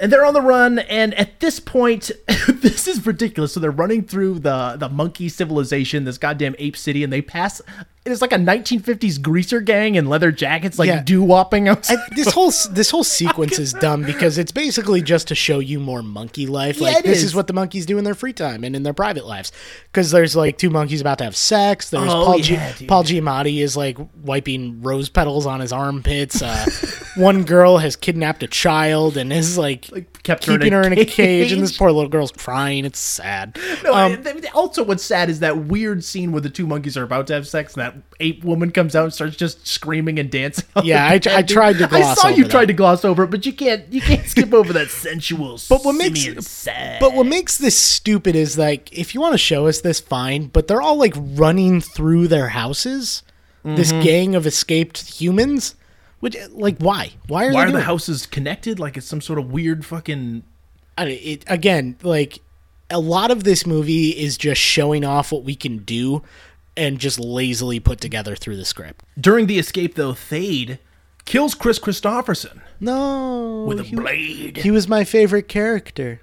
And they're on the run, and at this point, [laughs] this is ridiculous. So they're running through the the monkey civilization, this goddamn ape city, and they pass. It is like a 1950s greaser gang in leather jackets, like Yeah. doo wopping I, outside. this whole s- this [laughs] whole sequence is dumb because it's basically just to show you more monkey life. Yeah, Like it this is. is. what the monkeys do in their free time and in their private lives. Because there's like two monkeys about to have sex. There's Oh, Paul, yeah, G- dude. Paul Giamatti is like wiping rose petals on his armpits. Uh, one girl has kidnapped a child and is like, Like, kept her in keeping a her in a cage. cage. and this poor little girl's crying. It's sad. No, Um, Oh, and th- also, what's sad is that weird scene where the two monkeys are about to have sex, and that ape woman comes out and starts just screaming and dancing. on [laughs] Yeah, the I tr- I bed, dude. tried to I gloss saw you over tried that. to gloss over it, but you can't. [laughs] You can't skip over that sensual. But what makes- simian sad. But what makes this stupid is like if you want to show us this, fine. But they're all like running through their houses. This Mm-hmm. gang of escaped humans. Which like why? Why are why they are doing the houses connected? Like it's some sort of weird fucking. I mean, it, again, like a lot of this movie is just showing off what we can do and just lazily put together through the script. During the escape, though, Thade kills Chris Christopherson No, with a he, blade. he was my favorite character.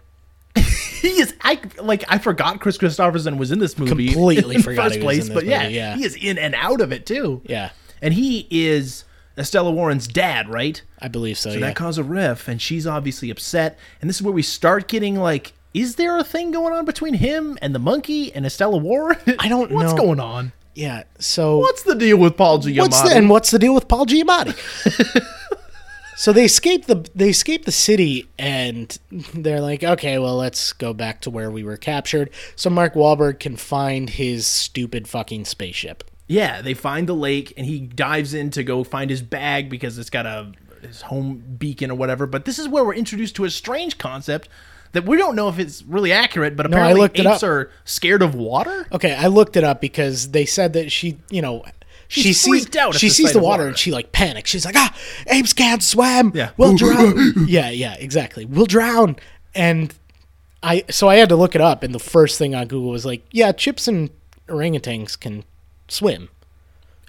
he is I like I forgot Chris Christopherson was in this movie. Completely in the forgot he was in this but yeah, movie, yeah. he is in and out of it too. Yeah. and he is Estella Warren's dad, right? I believe so. So yeah. that caused a riff, and she's obviously upset. And this is where we start getting like, is there a thing going on between him and the monkey and Estella Warren? [laughs] I don't What's know. going on? yeah. So What's the deal with Paul Giamatti? What's the, and what's the deal with Paul Giamatti? so they escape the they escape the city and they're like, okay, well, let's go back to where we were captured, so Mark Wahlberg can find his stupid fucking spaceship. Yeah, they find the lake, and he dives in to go find his bag because it's got a his home beacon or whatever. But this is where we're introduced to a strange concept that we don't know if it's really accurate. But I apparently, looked it apes up. are scared of water. Okay, I looked it up because they said that she, you know, she She's sees freaked out at she the sees sight the of water water. and she like panics. She's like, ah, apes can't swim. Yeah. [laughs] we'll drown. yeah, yeah, exactly. We'll drown. And I so I had to look it up, and the first thing on Google was like, yeah, chips and orangutans can swim.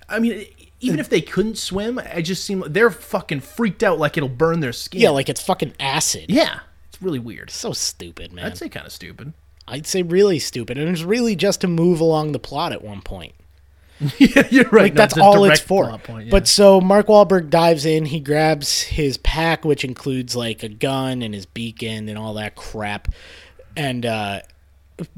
I mean, even if they couldn't swim, I just seem they're fucking freaked out, like it'll burn their skin. Yeah, like it's fucking acid. yeah, it's really weird. So stupid, man. I'd say kind of stupid. [laughs] I'd say really stupid, and it's really just to move along the plot at one point. yeah, you're right. Like no, that's a all direct it's for. plot point, yeah. But so Mark Wahlberg dives in. He grabs his pack, which includes like a gun and his beacon and all that crap. And uh,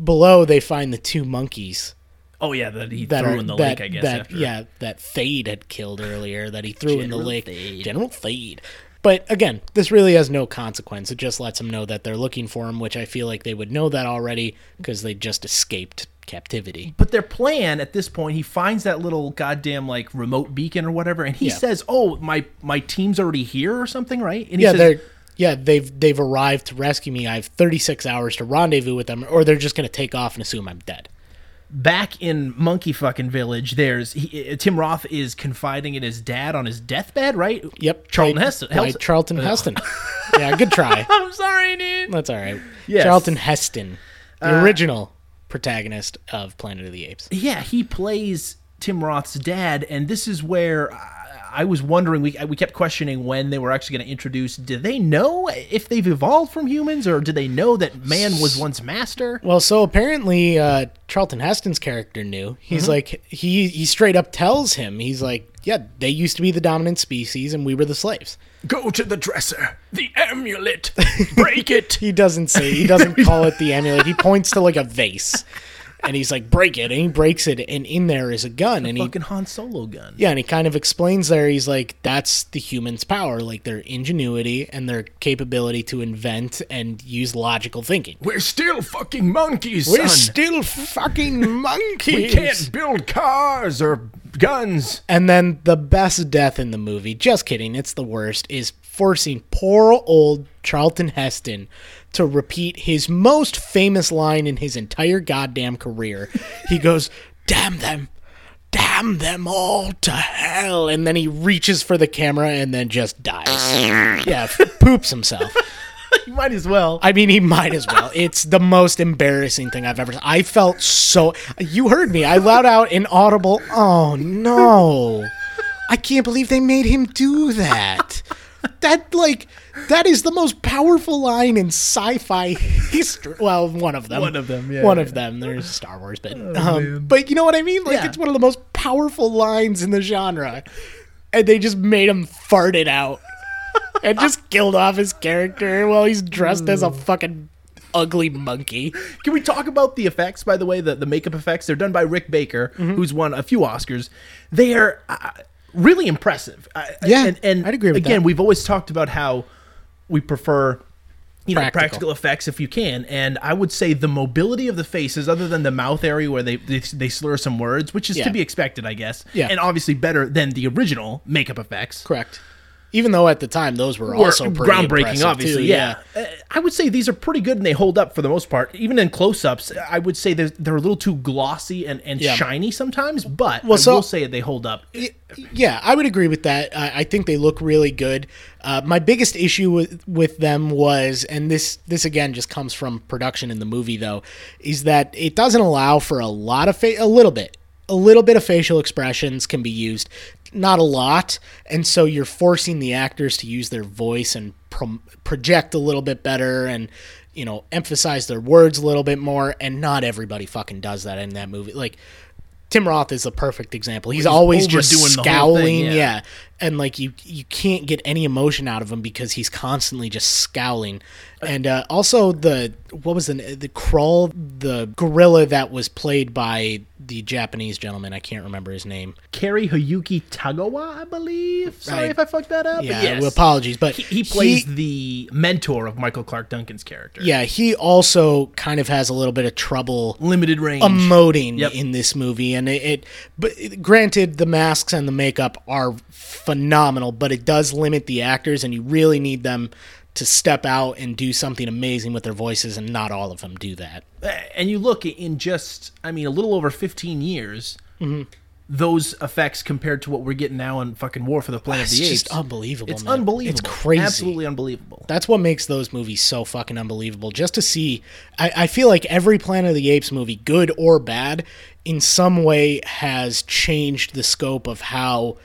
below, they find the two monkeys oh yeah, that he that threw are in the that, lake. I guess that after. yeah that Thade had killed earlier that he threw in the General lake. Thade. General Thade. But again, this really has no consequence. It just lets them know that they're looking for him, which I feel like they would know that already because they just escaped captivity. But their plan at this point, he finds that little goddamn like remote beacon or whatever, and he Yeah. says, "Oh, my my team's already here or something, right?" And he Yeah, says, they're yeah they've they've arrived to rescue me. I have 36 hours to rendezvous with them, or they're just going to take off and assume I'm dead. back in Monkey Fucking Village, there's he, uh, Tim Roth is confiding in his dad on his deathbed, right? Yep, Charlton played- Heston. Uh, played Heston. Charlton Heston. yeah, good try. [laughs] I'm sorry, dude. That's all right. Yes. Uh, Charlton Heston, the original protagonist of Planet of the Apes. Yeah, he plays Tim Roth's dad, and this is where I, I was wondering. We we kept questioning when they were actually going to introduce. Do they know if they've evolved from humans, or do they know that man was once master? Well, so apparently uh, Charlton Heston's character knew. Mm-hmm. He's like he he straight up tells him. He's like, yeah, they used to be the dominant species, and we were the slaves. Go to the dresser. The amulet. Break [laughs] it. He doesn't say he doesn't call it the amulet. He points to like a vase, and he's like, break it, and he breaks it, and in there is a gun, and he Fucking Han Solo gun. Yeah, and he kind of explains there. He's like, that's the humans' power, like their ingenuity and their capability to invent and use logical thinking. We're still fucking monkeys, We're still fucking monkeys. build cars or guns. And then the best death in the movie, just kidding, it's the worst, is forcing poor old Charlton Heston to repeat his most famous line in his entire goddamn career. He goes, Damn them. Damn them all to hell. And then he reaches for the camera and then just dies. Yeah, [laughs] poops himself. You might as well. I mean, he might as well. It's the most embarrassing thing I've ever. I felt so. You heard me. I let out an audible. Oh no! I can't believe they made him do that. That like that is the most powerful line in sci-fi [laughs] history. Well, one of them. One of them, yeah, One yeah. of them. There's Star Wars, but um, but you know what I mean. Like Yeah. it's one of the most powerful lines in the genre, and they just made him fart it out and [laughs] just killed off his character while he's dressed as a fucking ugly monkey. Can we talk about the effects, by the way? The, the makeup effects? They're done by Rick Baker, Mm-hmm. who's won a few Oscars. They are uh, really impressive. I- I- Yeah, and, and I'd agree with Again, that. we've always talked about how we prefer you know practical. Practical. effects if you can, and I would say the mobility of the faces, other than the mouth area where they they, they slur some words, which is Yeah. to be expected, I guess. Yeah. and obviously better than the original makeup effects. Correct. Even though at the time those were, Were also pretty impressive, groundbreaking, too, obviously. yeah, Uh, I would say these are pretty good and they hold up for the most part. Even in close-ups, I would say they're, they're a little too glossy and, and Yeah. shiny sometimes. But I so- will say they hold up. yeah, I would agree with that. I, I think they look really good. Uh, my biggest issue with with them was, and this this again just comes from production in the movie though, is that it doesn't allow for a lot of fa- a little bit, a little bit of facial expressions can be used, not a lot, and so you're forcing the actors to use their voice and pro- project a little bit better and you know emphasize their words a little bit more and not everybody fucking does that in that movie like Tim Roth is the perfect example. He's always just overdoing the whole scowling, thing, yeah. yeah. and like you you can't get any emotion out of him because he's constantly just scowling. And uh, also the what was the the crawl the gorilla that was played by the Japanese gentleman I can't remember his name. Kerry Hayuki Tagawa, I believe. Sorry Right. if I fucked that up. but Yeah, yes. well, apologies, but he, he plays the mentor of Michael Clark Duncan's character. yeah, he also kind of has a little bit of trouble limited range. emoting Yep. in this movie and it, it but granted the masks and the makeup are phenomenal but it does limit the actors and you really need them to step out and do something amazing with their voices and not all of them do that Uh, and you look in just i mean a little over 15 years Mm-hmm. those effects compared to what we're getting now in fucking war for the planet It's of the just apes unbelievable, it's man. unbelievable It's crazy. absolutely unbelievable that's what makes those movies so fucking unbelievable just to see I, I feel like every planet of the apes movie good or bad in some way has changed the scope of how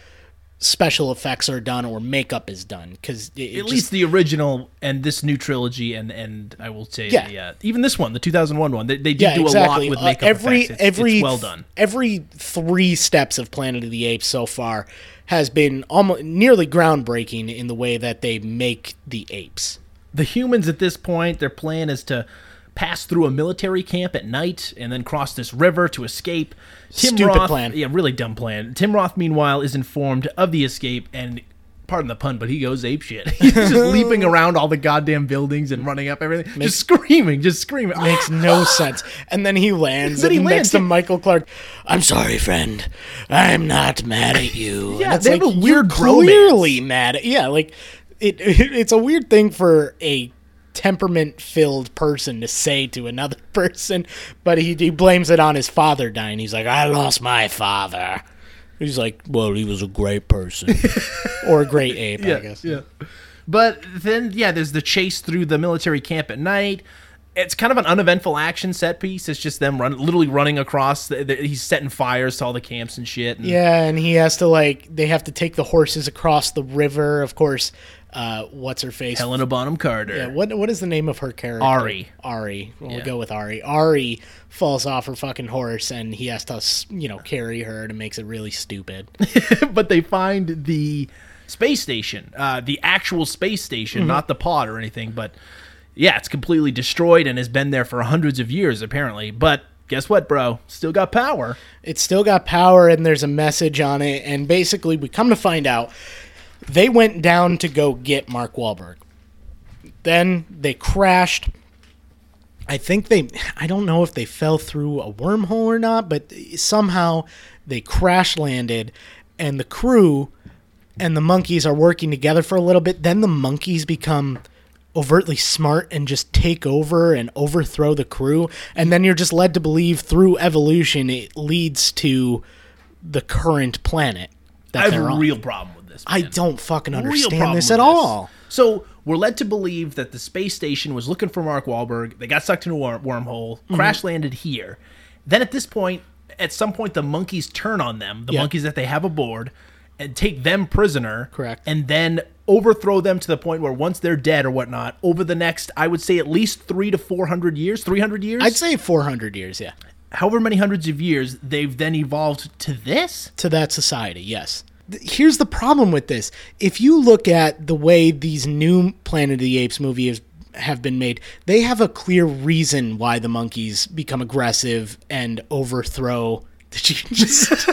special effects are done or makeup is done because it, it at just- least the original and this new trilogy and and i will say Yeah. the, uh, even this one the 2001 one they, they did do a lot with Uh, makeup every effects. It's, every it's well th- done Every three steps of Planet of the Apes so far has been almost nearly groundbreaking in the way that they make the apes. the humans at this point their plan is to pass through a military camp at night and then cross this river to escape tim Stupid roth plan. yeah really dumb plan tim roth meanwhile is informed of the escape and pardon the pun but he goes ape shit [laughs] he's [laughs] just leaping around all the goddamn buildings and running up everything just screaming just screaming [gasps] Makes no sense. And then he lands Then and he next lands, to yeah. Michael Clark. I'm sorry, friend. I'm not mad at you. [laughs] Yeah, And it's they have a you're weird bromance. [laughs] clearly mad. At, yeah, like it, it's a weird thing for a temperament filled person to say to another [laughs] person, but he, he blames it on his father dying. He's like, I lost my father. He's like, well, he was a great [laughs] person or a great ape, I guess. Yeah. But then, yeah, there's the chase through the military camp at night. It's kind of an uneventful action set piece. It's just them run, literally running across. The, the, he's setting fires to all the camps and shit. And Yeah, and he has to like they have to take the horses across the river. Of course, uh, what's her face? Helena Bonham Carter. Yeah, what what is the name of her character? Ari. Ari. We'll Yeah. go with Ari. Ari falls off her fucking horse, and he has to s- you know carry her, and it makes it really [laughs] stupid. but they find the space station, uh, the actual space station, Mm-hmm. not the pod or anything. But yeah, it's completely destroyed and has been there for hundreds of years apparently. But guess what, bro? Still got power. it's still got power, and there's a message on it, and basically we come to find out they went down to go get Mark Wahlberg. Then they crashed. I think they, I don't know if they fell through a wormhole or not, but somehow they crash landed, and the crew and the monkeys are working together for a little bit. Then the monkeys become overtly smart and just take over and overthrow the crew. And then you're just led to believe through evolution it leads to the current planet. That I have they're a on. real problem with this. I man. don't fucking problem understand this with at all. So we're led to believe that the space station was looking for Mark Wahlberg. They got sucked into a wor- wormhole, Mm-hmm. crash landed here. Then at this point, at some point, the monkeys turn on them, the Yeah. monkeys that they have aboard, and take them prisoner. Correct. And then overthrow them to the point where once they're dead or whatnot, over the next, I would say at least three to 400 years, 300 years, I'd say 400 years, yeah, however many hundreds of years, they've then evolved to this. to that society, yes. Th- Here's the problem with this. If you look at the way these new Planet of the Apes movies have been made, they have a clear reason why the monkeys become aggressive and overthrow. Did you just?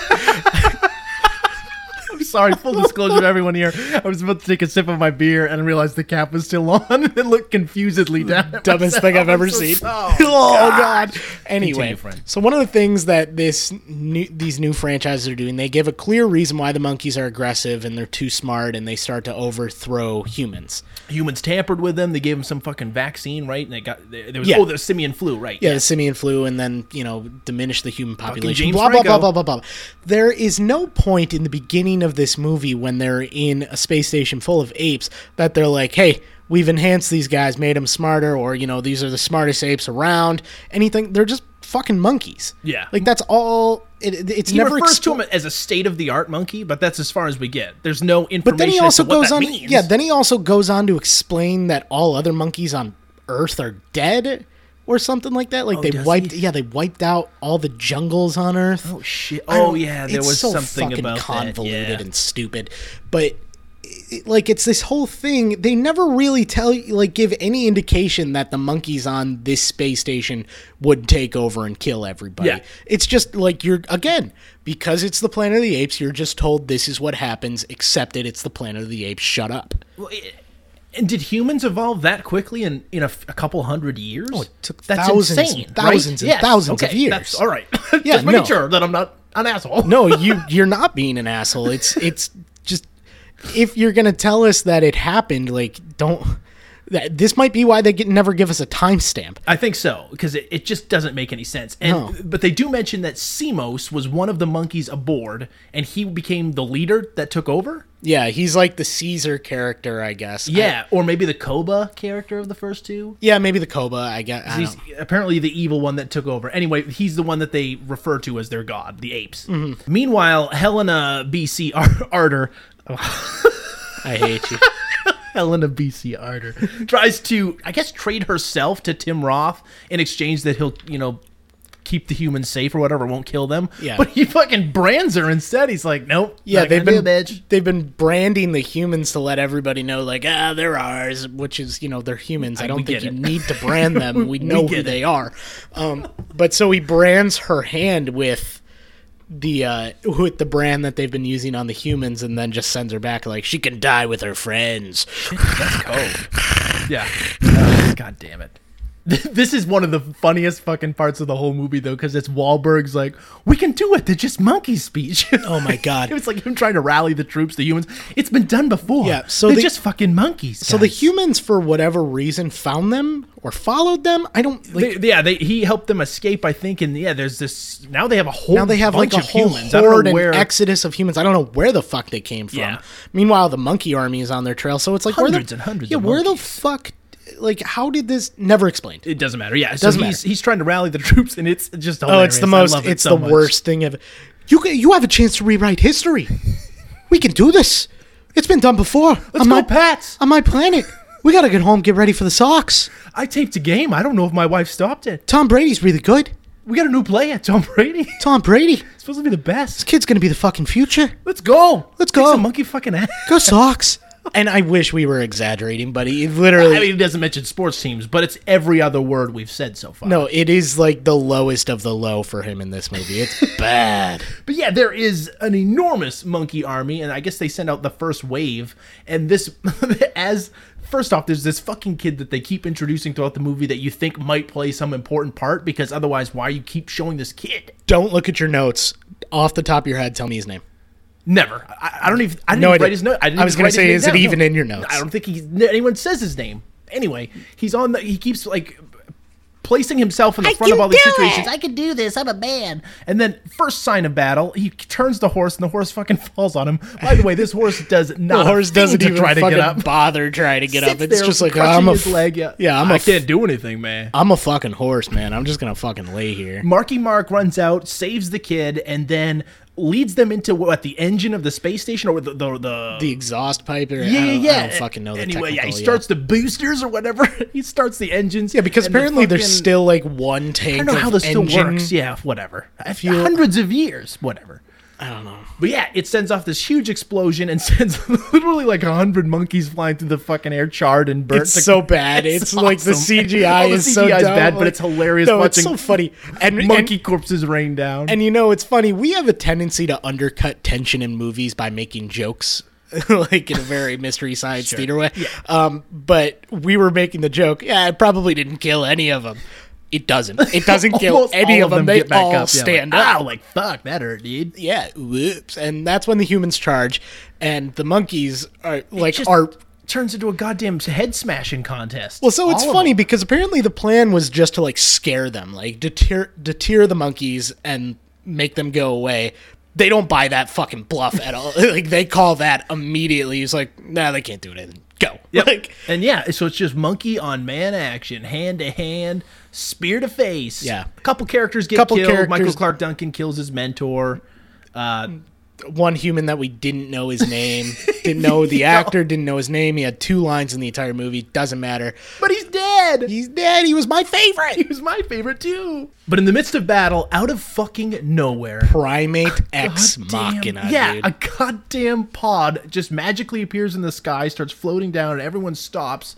[laughs] Sorry, full disclosure to everyone here. I was about to take a sip of my beer and realized the cap was still [laughs] on and then looked confusedly down. [laughs] at dumbest myself. thing I've I'm ever [laughs] so seen. [laughs] sorry. oh god. Anyway, Continue, friend. so one of the things that this new these new franchises are doing, they give a clear reason why the monkeys are aggressive and they're too smart and they start to overthrow humans. Humans tampered with them. They gave them some fucking vaccine, right? And they got there there was Yeah. oh, the simian flu, right? Yeah, the simian flu, and then you know diminish the human population. James Blah blah blah Franco. blah blah blah. There is no point in the beginning of this movie when they're in a space station full of apes that they're like, "Hey, we've enhanced these guys, made them smarter," or you know, "These are the smartest apes around." Anything? They're just fucking monkeys. Yeah. like that's all. It, it's He never refers expl- to him as a state of the art monkey, but that's as far as we get. There's no information. But then he also as to what goes that on. means. Yeah, then he also goes on to explain that all other monkeys on Earth are dead. Or something like that. Like they Oh, does wiped, he? yeah, they wiped out all the jungles on Earth. oh shit. I Oh don't- yeah, there it's was so something fucking about convoluted that. Yeah. and stupid. But it, like, it's this whole thing. They never really tell you, like, give any indication that the monkeys on this space station would take over and kill everybody. Yeah. It's just like you're again because it's the Planet of the Apes. You're just told this is what happens. Accept it. It's the Planet of the Apes. Shut up. Well, it- and did humans evolve that quickly in, in a, f- a couple hundred years? Oh, it took thousands and thousands and thousands of years. That's, all right. [laughs] Just Yeah, making no. sure that I'm not an asshole. no, you you're not being an asshole. It's it's just if you're gonna tell us that it happened, like don't. That, this might be why they get, never give us a timestamp. I think so because it, it just doesn't make any sense. And No. but they do mention that Semos was one of the monkeys aboard, and he became the leader that took over. Yeah, he's like the Caesar character, I guess. I- Yeah, or maybe the Koba character of the first two. yeah, maybe the Koba. I guess. I He's don't- apparently the evil one that took over. Anyway, he's the one that they refer to as their god, the apes. Meanwhile, Helena B.C. Ar- Arter I hate you. Helena BC Arter [laughs] tries to, I guess, trade herself to Tim Roth in exchange that he'll, you know, keep the humans safe or whatever, won't kill them. Yeah. But he fucking brands her instead. He's like, nope. Yeah, not they've gonna been do it, bitch. they've been branding the humans to let everybody know, like ah, they're ours, which is you know they're humans. I don't we think get you it. need to [laughs] brand them. We know who get they are. Um, but so he brands her hand with the uh, with the brand that they've been using on the humans, and then just sends her back like she can die with her friends. That's cold. yeah. Ugh, [laughs] God damn it. This is one of the funniest fucking parts of the whole movie, though, because it's Wahlberg's like, we can do it. They're just monkey speech. Oh [laughs] my God. it was like him trying to rally the troops, the humans. It's been done before. Yeah, so they're the- just fucking monkeys. So the guys. humans, for whatever reason, found them or followed them. I don't. Like, They- yeah, they, he helped them escape, I think, and yeah, there's this. Now they have a whole. now they have bunch like a of whole humans. I don't know horde and where- exodus of humans. I don't know where the fuck they came from. Yeah. Meanwhile, the monkey army is on their trail, so it's like where Hundreds the, and hundreds Yeah, of where the monkeys. fuck? Like, how did this? Never explained. It doesn't matter. Yeah, it doesn't he's, matter. he's trying to rally the [laughs] troops, and it's just oh, it's the hilarious. most. I love it it's so the much. worst thing ever. You ca- you have a chance to rewrite history. we can do this. It's been done before. Let's on go my, Pats. On my planet, we gotta get home, get ready for the Sox. I taped a game. I don't know if my wife stopped it. Tom Brady's really good. We got a new player, Tom Brady. [laughs] Tom Brady, It's supposed to be the this best. kid's gonna be the fucking future. Let's go. Let's Kick go. some monkey fucking ass. Go Sox. and I wish we were exaggerating, but it literally. [laughs] I mean, it doesn't mention sports teams, but it's every other word we've said so far. no, it is like the lowest of the low for him in this movie. [laughs] It's bad. But yeah, there is an enormous monkey army, and I guess they send out the first wave. And this, [laughs] as first off, there's this fucking kid that they keep introducing throughout the movie that you think might play some important part because otherwise, why you keep showing this kid? Don't look at your notes. Off the top of your head, tell me his name. Never. I, I don't even. I didn't No, I even write didn't. his note. I, didn't I was even gonna write his say, name is it down, even in your notes? I don't think he's, n- anyone says his name. Anyway, he's on the. He keeps like placing himself in the front of all these situations. I can do this. I'm a man. And then first sign of battle, he turns the horse, and the horse fucking [laughs] falls on him. By the way, this horse does not. The horse doesn't even try to get fucking up. bother trying to get up. Sits It's there just like crutching I'm a his f- leg. Yeah, yeah, I'm I a am f- can not do anything, man. I'm a fucking horse, man. I'm just gonna fucking lay here. Marky Mark runs out, saves the kid, and then leads them into what the engine of the space station or the the, the The exhaust pipe. Or, Yeah, I don't, yeah, yeah. I don't fucking know the Anyway, yeah, he technical, starts the boosters or whatever. [laughs] he starts the engines. Yeah, because and the apparently there's fucking- still like one tank. I don't know how this engine. still works. Yeah, whatever. After hundreds of years, whatever. I don't know. But yeah, it sends off this huge explosion and [laughs] sends literally like a hundred monkeys flying through the fucking air, charred and burnt. It's to- so [laughs] bad. It's, like the awesome. CGI [laughs] All the is so CGI is dumb. bad, but Like, it's hilarious No, watching it's so funny. And and- Monkey corpses rain down. And you know, it's funny. We have a tendency to undercut tension in movies by making jokes, [laughs] like in a [laughs] very mystery science theater way. Um, but we were making the joke. Yeah, it probably didn't kill any of them. It doesn't. It [laughs] doesn't kill Almost any all of them. They get back all up. Yeah, like, stand "Ow," up. like fuck that hurt, dude. Yeah, whoops. And that's when the humans charge, and the monkeys are like Just are. turns into a goddamn head smashing contest. Well, so it's All of funny them. because apparently the plan was just to like scare them, like deter deter the monkeys and make them go away. They don't buy that fucking bluff at all. [laughs] like they call that immediately. He's like, nah, they can't do it. And go. [laughs] Like, and yeah, so it's just monkey on man action, hand to hand, spear to face. Yeah. a couple characters get Couple killed. Michael characters- Clark Duncan kills his mentor. one human that we didn't know his name, didn't know [laughs] the actor, didn't know his name. He had two lines in the entire movie. Doesn't matter. But he's dead. He's dead. [laughs] He was my He favorite. was my favorite too. But in the midst of battle, out of fucking nowhere, [laughs] Primate X Damn. Machina. Yeah, dude. a goddamn pod just magically appears in the sky, starts floating down, and everyone stops.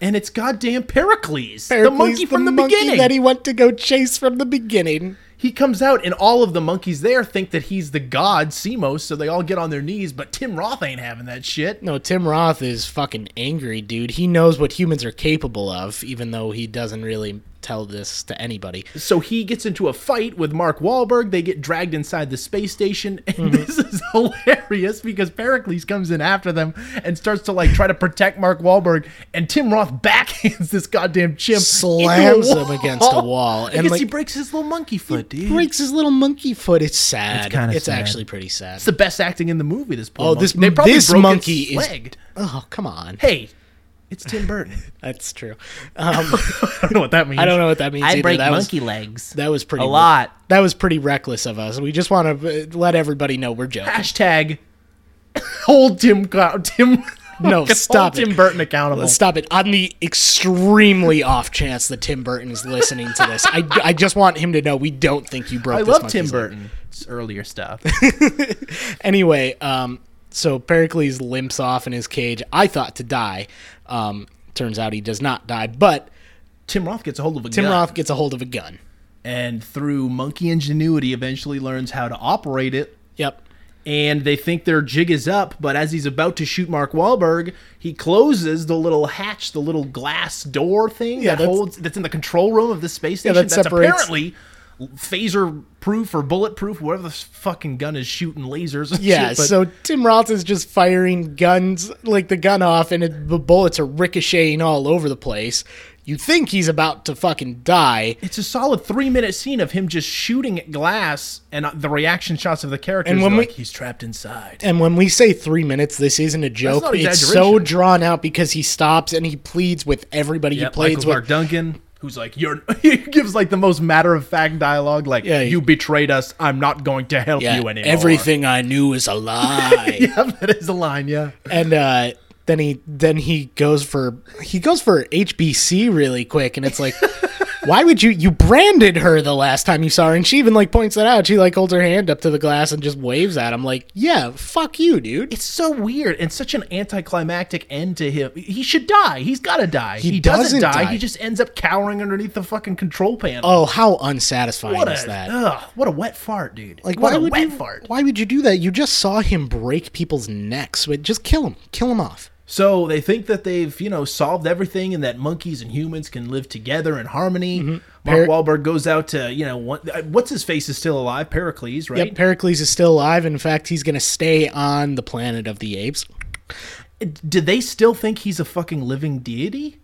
And it's goddamn Pericles, the Pericles, monkey from the, monkey beginning. that he went to go chase from the beginning. he comes out, and all of the monkeys there think that he's the god Semos, so they all get on their knees. But Tim Roth ain't having that shit. No, Tim Roth is fucking angry, dude. He knows what humans are capable of, even though he doesn't really tell this to anybody. So he gets into a fight with Mark Wahlberg. They get dragged inside the space station, [laughs] and Mm-hmm. this is hilarious because Pericles comes in after them and starts to like try to protect Mark Wahlberg, and Tim Roth backhands [laughs] this goddamn chimp, Slams into a him against a wall, I and, guess like- he breaks his little monkey foot, dude. Breaks his little monkey foot. It's sad. It's, Mm. kinda sad. actually pretty sad. it's the best acting in the movie. This poor Oh, this monkey. They probably this broke its monkey is- leg. oh, come [laughs] on. Hey, it's [laughs] Tim Burton. That's true. Um, I don't know what that means. I don't know what that means. either. that was, legs. That was pretty A lot. That was pretty reckless of us. We just want to let everybody know we're [laughs] joking. Hashtag [coughs] hold Tim Co- Tim. [laughs] No, hold stop it. Tim Burton accountable. Stop it. On the extremely off chance that Tim Burton is listening to this, I, I just want him to know we don't think you broke I this love monkey's Tim leg. Burton's [laughs] earlier stuff. Anyway, um, so Pericles limps off in his cage. I thought to die. Um, turns out he does not die, but Tim Roth gets a hold of a Tim gun Roth gets a hold of a gun. and through monkey ingenuity eventually learns how to operate it Yep. and they think their jig is up. But as he's about to shoot Mark Wahlberg, he closes the little hatch, the little glass door thing Yeah, that that's- holds that's in the control room of the space Yeah, station. that that's separates- apparently phaser proof or bullet proof, whatever this fucking gun is shooting lasers. And Yeah, shit, but- so Tim Roth is just firing guns, like the gun off, and it, the bullets are ricocheting all over the place. You think he's about to fucking die, it's a solid three minute scene of him just shooting at glass and uh, the reaction shots of the characters. And when They're we- like, he's trapped inside. and when we say three minutes, this isn't a joke. not It's so exaggeration. drawn out because he stops and he pleads with everybody Yeah, he plays Michael Clark with. Duncan, who's like, "You're," [laughs] he gives like the most matter of fact dialogue, like, Yeah, he- "You betrayed us. I'm not going to help Yeah, you anymore." everything I knew is a lie. [laughs] Yeah, that is the line. Yeah, and uh, then he then he goes for he goes for HBC really quick, and it's [laughs] like, why would you you branded her the last time you saw her? And she even like points that out. She like holds her hand up to the glass and just waves at him, like, yeah, fuck you, dude. it's so weird and such an anticlimactic end to him. He should die. He's got to die. He doesn't die. He just ends up cowering underneath the fucking control panel. Oh, how unsatisfying what is a that? ugh, what a wet fart, dude. Like, what why a would wet you? fart. Why would you do that? You just saw him break people's necks. But just kill him. Kill him off. So they think that they've, you know, solved everything and that monkeys and humans can live together in harmony. Mark Per- Wahlberg goes out to, you know, what, uh, what's his face is still alive, Pericles, right? Yep, Pericles is still alive. In fact, he's going to stay on the planet of the apes. Do they still think he's a fucking living deity?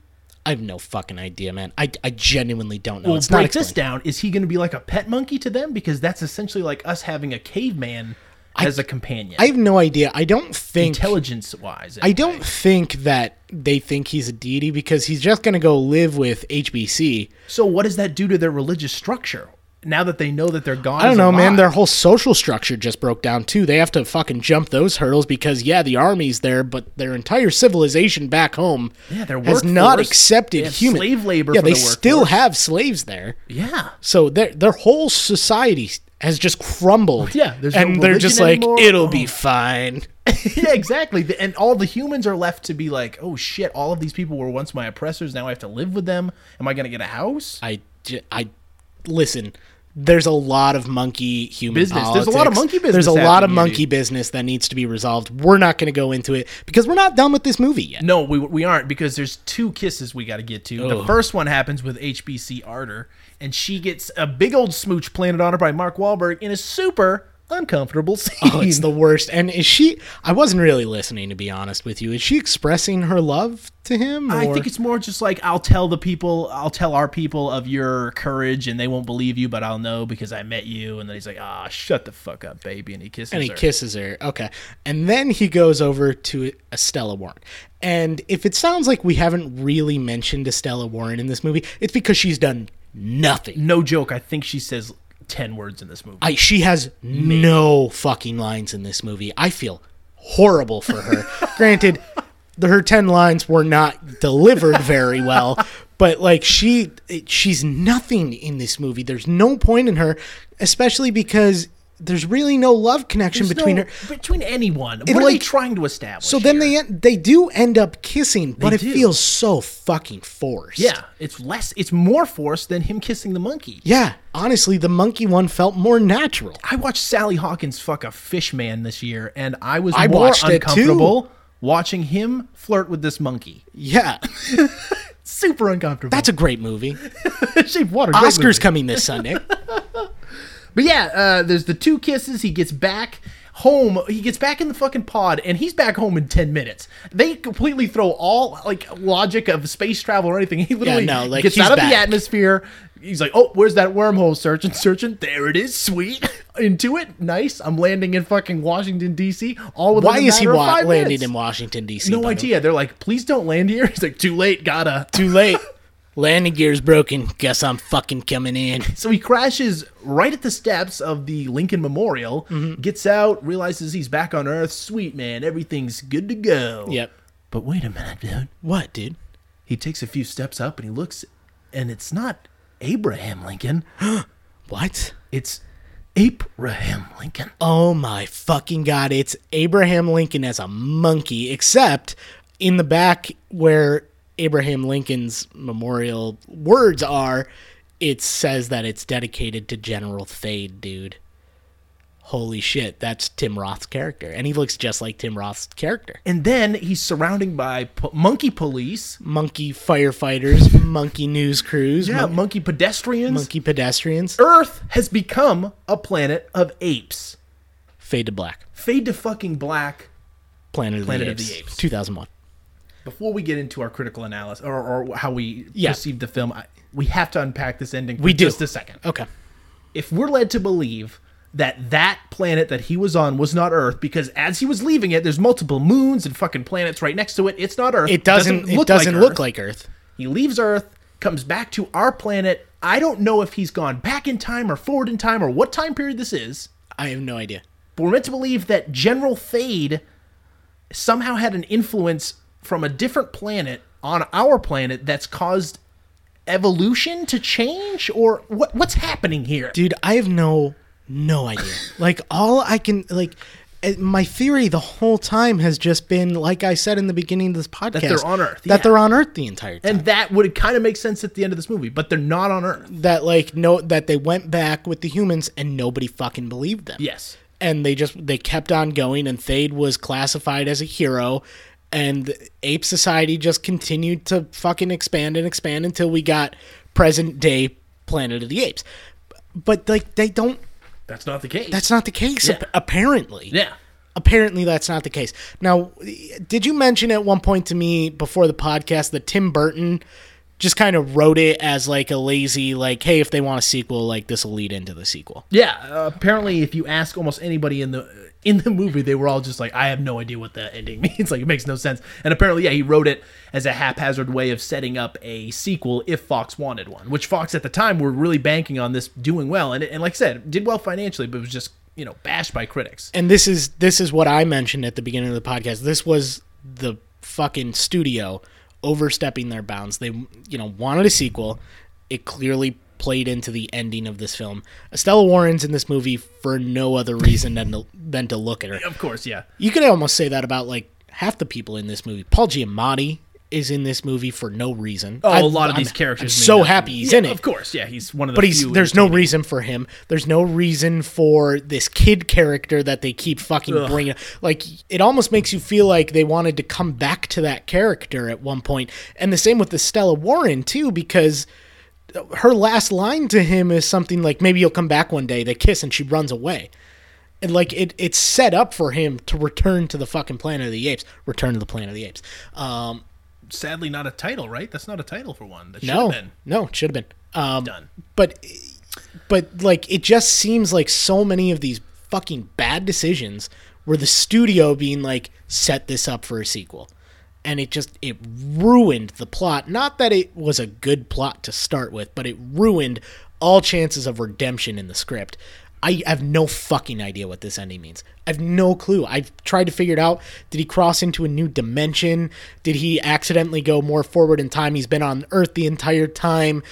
I have no fucking idea, man. I, I genuinely don't know. Well, it's not break this explained. down. Is he going to be like a pet monkey to them? Because that's essentially like us having a caveman as a companion, I have no idea. I don't think intelligence wise. I don't think that they think he's a deity because he's just going to go live with HBC. So what does that do to their religious structure? Now that they know that they're gone, I don't know, man. Their whole social structure just broke down too. They have to fucking jump those hurdles because yeah, the army's there, but their entire civilization back home Yeah, their has not workforce, they accepted have human slave labor Yeah, for they the still workforce. have slaves there. yeah. So their their whole society has just crumbled. Yeah, there's no and they're just like religion anymore. it'll Oh. be fine. [laughs] yeah, exactly. The- And all the humans are left to be like, oh shit, all of these people were once my oppressors. Now I have to live with them. Am I going to get a house? I, j- I- listen. There's a lot of monkey human Business. There's a lot of politics. monkey business There's a lot of happening here, monkey business that needs to be resolved. We're not going to go into it because we're not done with this movie yet. No, we, we aren't because there's two kisses we got to get to. The first one happens with HBC Arter, and she gets a big old smooch planted on her by Mark Wahlberg in a super uncomfortable [laughs] scene. Oh, it's the worst. And is she? I wasn't really listening to be honest with you. Is she expressing her love to him? Or? I think it's more just like I'll tell the people, I'll tell our people of your courage, and they won't believe you, but I'll know because I met you. And then he's like, "Ah, shut the fuck up, baby," and he kisses and he her. kisses her. Okay, and then he goes over to Estella Warren. And if it sounds like we haven't really mentioned Estella Warren in this movie, it's because she's done nothing. no joke. I think she says ten words in this movie. I she has no fucking lines in this movie. I feel horrible for [laughs] her. Granted, the, her 10 lines were not delivered very [laughs] well, but like she it- she's nothing in this movie. There's no point in her, especially because there's really no love connection There's between no- her. between anyone. What are they like- trying to establish? So then here? they en- they do end up kissing, but it do. feels so fucking forced. Yeah, it's less. It's more force than him kissing the monkey. Yeah, honestly, the monkey one felt more natural. I watched Sally Hawkins fuck a fish man this year, and I was I more watched it too. uncomfortable watching him flirt with this monkey. Yeah, Super uncomfortable. that's a great movie. [laughs] That's shape water. great Oscar's movie. coming this Sunday. But yeah, uh, there's the two kisses. He gets back home. He gets back in the fucking pod, and he's back home in ten minutes. They completely throw all like logic of space travel or anything. [laughs] He literally no, like, gets he's out of back. the atmosphere. He's like, "Oh, where's that wormhole?" Searching, searching. There it is. Sweet. [laughs] Into it. Nice. I'm landing in fucking Washington D.C. All within Why a is he matter of wa- five landing minutes. in Washington D.C.? No by the way? idea. They're like, "Please don't land here." [laughs] He's like, "Too late. Gotta." Too late. [laughs] Landing gear's broken. Guess I'm fucking coming in. So he crashes right at the steps of the Lincoln Memorial, Mm-hmm. gets out, realizes he's back on Earth. Sweet man, everything's good to go. [laughs] Yep. But wait a minute, dude. What, dude? He takes a few steps up and he looks, and it's not Abraham Lincoln. [gasps] What? It's Abraham Lincoln. Oh my fucking god! It's Abraham Lincoln as a monkey, except in the back where Abraham Lincoln's memorial words are, it says that it's dedicated to General Thade, dude. holy shit, that's Tim Roth's character. And he looks just like Tim Roth's character. And then he's surrounded by po- monkey police. Monkey firefighters, monkey news crews, Yeah, mon- monkey pedestrians. monkey pedestrians. Earth has become a planet of apes. Fade to black. Fade to fucking black. Planet, of, Planet the of the Apes. Apes. 2001. Before we get into our critical analysis or, or how we Yeah. perceive the film, I, we have to unpack this ending for We do. just a second. Okay. If we're led to believe that that planet that he was on was not Earth, because as he was leaving it, there's multiple moons and fucking planets right next to it. It's not Earth. It doesn't, it doesn't look like Earth. He leaves Earth, comes back to our planet. I don't know if he's gone back in time or forward in time or what time period this is, I have no idea. but we're meant to believe that General Thade somehow had an influence from a different planet on our planet that's caused evolution to change or what what's happening here? dude i have no no [laughs] idea like all i can like eh, my theory the whole time has just been like i said in the beginning of this podcast that they're on Earth, that yeah. they're on earth the entire time and that would kind of make sense at the end of this movie, but they're not on Earth. that like no that they went back with the humans and nobody fucking believed them Yes. and they just they kept on going and thade was classified as a hero and ape society just continued to fucking expand and expand until we got present day planet of the apes but like they don't That's not the case. that's not the case Yeah. ap- apparently yeah. apparently that's not the case. Now, did you mention at one point to me before the podcast that Tim Burton just kind of wrote it as like a lazy like hey if they want a sequel like this will lead into the sequel. Yeah, uh, apparently, if you ask almost anybody in the in the movie, they were all just like, "I have no idea what the ending [laughs] means. Like, it makes no sense." And apparently, yeah, he wrote it as a haphazard way of setting up a sequel if Fox wanted one, which Fox at the time were really banking on this doing well, and and like I said, did well financially, but was just you know bashed by critics. And this is this is what I mentioned at the beginning of the podcast. This was the fucking studio overstepping their bounds. They you know wanted a sequel. It clearly played into the ending of this film. Estella Warren's in this movie for no other reason than to, than to look at her. Of course, yeah, You could almost say that about like half the people in this movie. Paul Giamatti is in this movie for no reason. oh, I- a lot of I'm- these characters. I'm mean so nothing. happy he's Yeah, in it. Of course, yeah, he's one of the. But he's few there's no reason for him. There's no reason for this kid character that they keep fucking Ugh. bringing. Like it almost makes you feel like they wanted to come back to that character at one point. And the same with the Stella Warren too, because her last line to him is something like, "Maybe you'll come back one day." They kiss and she runs away. And like it, it's set up for him to return to the fucking Planet of the Apes. Return to the Planet of the Apes. Um, sadly not a title, right? That's not a title for one. That should no, have been no, it should have been. Um, done. but but like it just seems like so many of these fucking bad decisions were the studio being like set this up for a sequel and it just it ruined the plot not that it was a good plot to start with but it ruined all chances of redemption in the script I have no fucking idea what this ending means. I have no clue. I've tried to figure it out. Did he cross into a new dimension? Did he accidentally go more forward in time? He's been on Earth the entire time.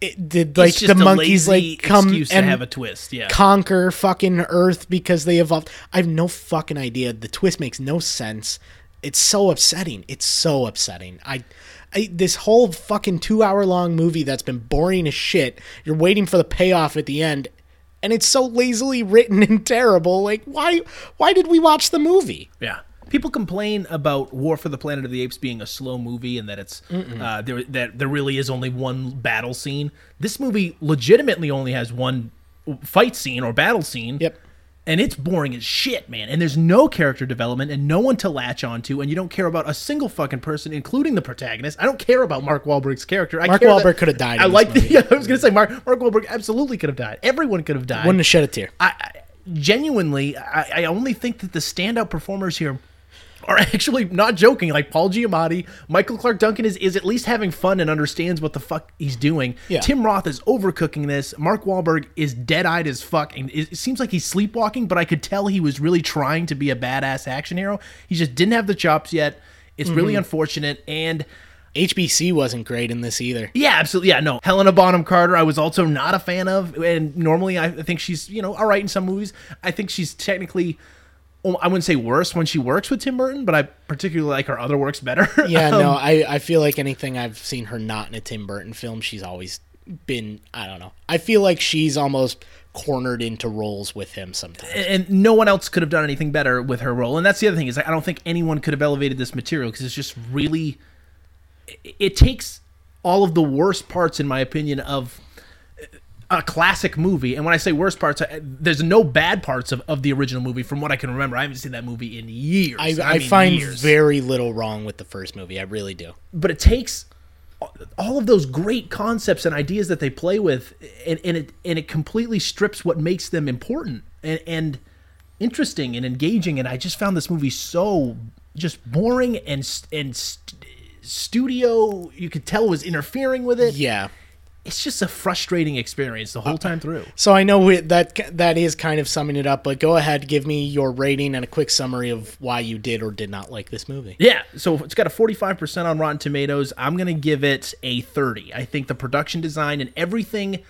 It, did like It's the just a monkeys lazy like come excuse and to have a twist. Yeah, conquer fucking Earth because they evolved. I have no fucking idea. The twist makes no sense. It's so upsetting. It's so upsetting. I, I this whole fucking two hour long movie that's been boring as shit. You're waiting for the payoff at the end, and it's so lazily written [laughs] and terrible. Like why? Why did we watch the movie? Yeah. People complain about War for the Planet of the Apes being a slow movie and that it's uh, there that there really is only one battle scene. This movie legitimately only has one fight scene or battle scene. Yep. And it's boring as shit, man. And there's no character development and no one to latch onto, and you don't care about a single fucking person, including the protagonist. I don't care about Mark Wahlberg's character. I Mark care Wahlberg could have died in I this like. The, [laughs] movie. yeah, I was gonna say Mark Mark Wahlberg absolutely could have died. Everyone could have died. Wouldn't have shed a tear. I, I genuinely, I, I only think that the standout performers here are [laughs] actually not joking. Like Paul Giamatti, Michael Clark Duncan is is at least having fun and understands what the fuck he's doing. Yeah. Tim Roth is overcooking this. Mark Wahlberg is dead eyed as fuck, and it, it seems like he's sleepwalking. But I could tell he was really trying to be a badass action hero. He just didn't have the chops yet. It's really unfortunate, and. HBC wasn't great in this either. Yeah, absolutely. Yeah, no. Helena Bonham Carter, I was also not a fan of, and normally I I think she's you know all right in some movies. I think she's technically, well, I wouldn't say worse when she works with Tim Burton, but I particularly like her other works better. [laughs] Yeah, Um, no, I, I feel like anything I've seen her not in a Tim Burton film, she's always been I don't know. I feel like she's almost cornered into roles with him sometimes. and no one else could have done anything better with her role. And that's the other thing is like, I don't think anyone could have elevated this material because it's just really it- it takes all of the worst parts in my opinion of a classic movie. And when I say worst parts, I, there's no bad parts of, of the original movie from what I can remember. I haven't seen that movie in years. I, I, mean, find years. very little wrong with the first movie. I really do. but it takes all of those great concepts and ideas that they play with and, and it and it completely strips what makes them important and, and interesting and engaging and I just found this movie so just boring and s- and st- studio you could tell was interfering with it Yeah. it's just a frustrating experience the whole time through So I know we, that that is kind of summing it up, but go ahead, give me your rating and a quick summary of why you did or did not like this movie. Yeah, so it's got a 45% on Rotten Tomatoes. I'm going to give it a 30. I think the production design and everything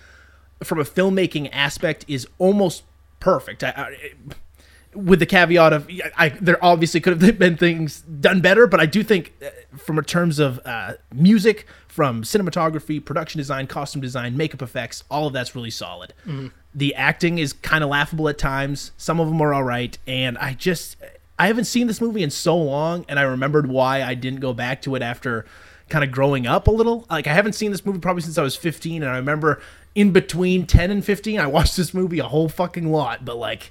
from a filmmaking aspect is almost perfect. I, I, with the caveat of I, there obviously could have [laughs] been things done better, but I do think uh, from a terms of uh, music, from cinematography, production design, costume design, makeup effects, all of that's really solid. The acting is kind of laughable at times. Some of them are all right, and I just I haven't seen this movie in so long, and I remembered why I didn't go back to it after kind of growing up a little. Like I haven't seen this movie probably since I was 15, and I remember in between 10 and 15, I watched this movie a whole fucking lot. But like,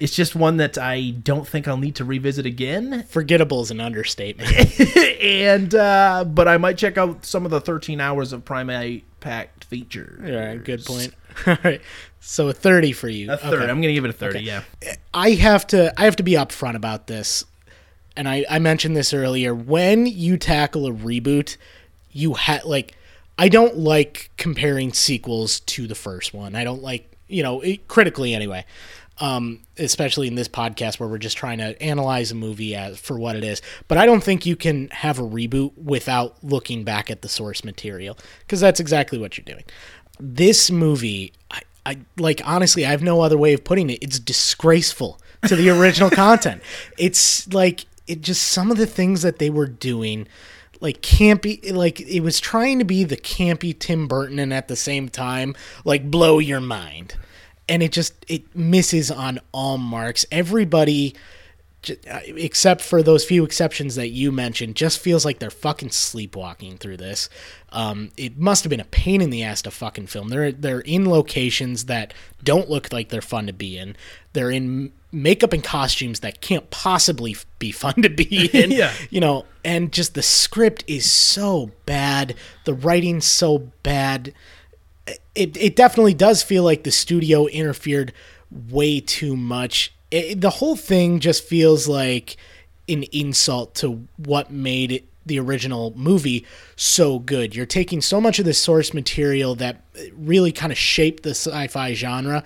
it's just one that I don't think I'll need to revisit again. [laughs] Forgettable is an understatement. [laughs] and uh, but I might check out some of the 13 hours of primate packed feature. All right, good point. All right. So a 30 for you. A third. Okay. I'm gonna give it a 30. Yeah. I have to I have to be upfront about this. And I, I mentioned this earlier. When you tackle a reboot, you had like I don't like comparing sequels to the first one. I don't like you know it, critically anyway. Um, especially in this podcast where we're just trying to analyze a movie as for what it is. But I don't think you can have a reboot without looking back at the source material because that's exactly what you're doing this movie I, I like honestly i have no other way of putting it it's disgraceful to the original content it's like it just some of the things that they were doing like campy like it was trying to be the campy tim burton and at the same time like blow your mind and it just it misses on all marks everybody j- uh, except for those few exceptions that you mentioned, just feels like they're fucking sleepwalking through this. Um, it must have been a pain in the ass to fucking film. They're they're in locations that don't look like they're fun to be in. They're in makeup and costumes that can't possibly f- be fun to be in. Yeah. You know, and just the script is so bad. The writing's so bad it, it definitely does feel like the studio interfered way too much. It, the whole thing just feels like an insult to what made it, the original movie so good. You're taking so much of the source material that really kind of shaped the sci-fi genre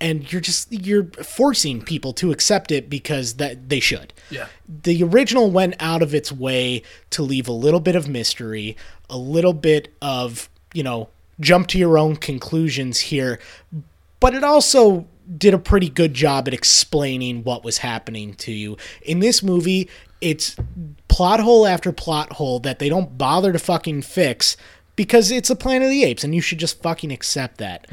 and you're just you're forcing people to accept it because that they should. Yeah. The original went out of its way to leave a little bit of mystery, a little bit of, you know, jump to your own conclusions here, but it also did a pretty good job at explaining what was happening to you. In this movie, it's plot hole after plot hole that they don't bother to fucking fix because it's a Planet of the Apes and you should just fucking accept that.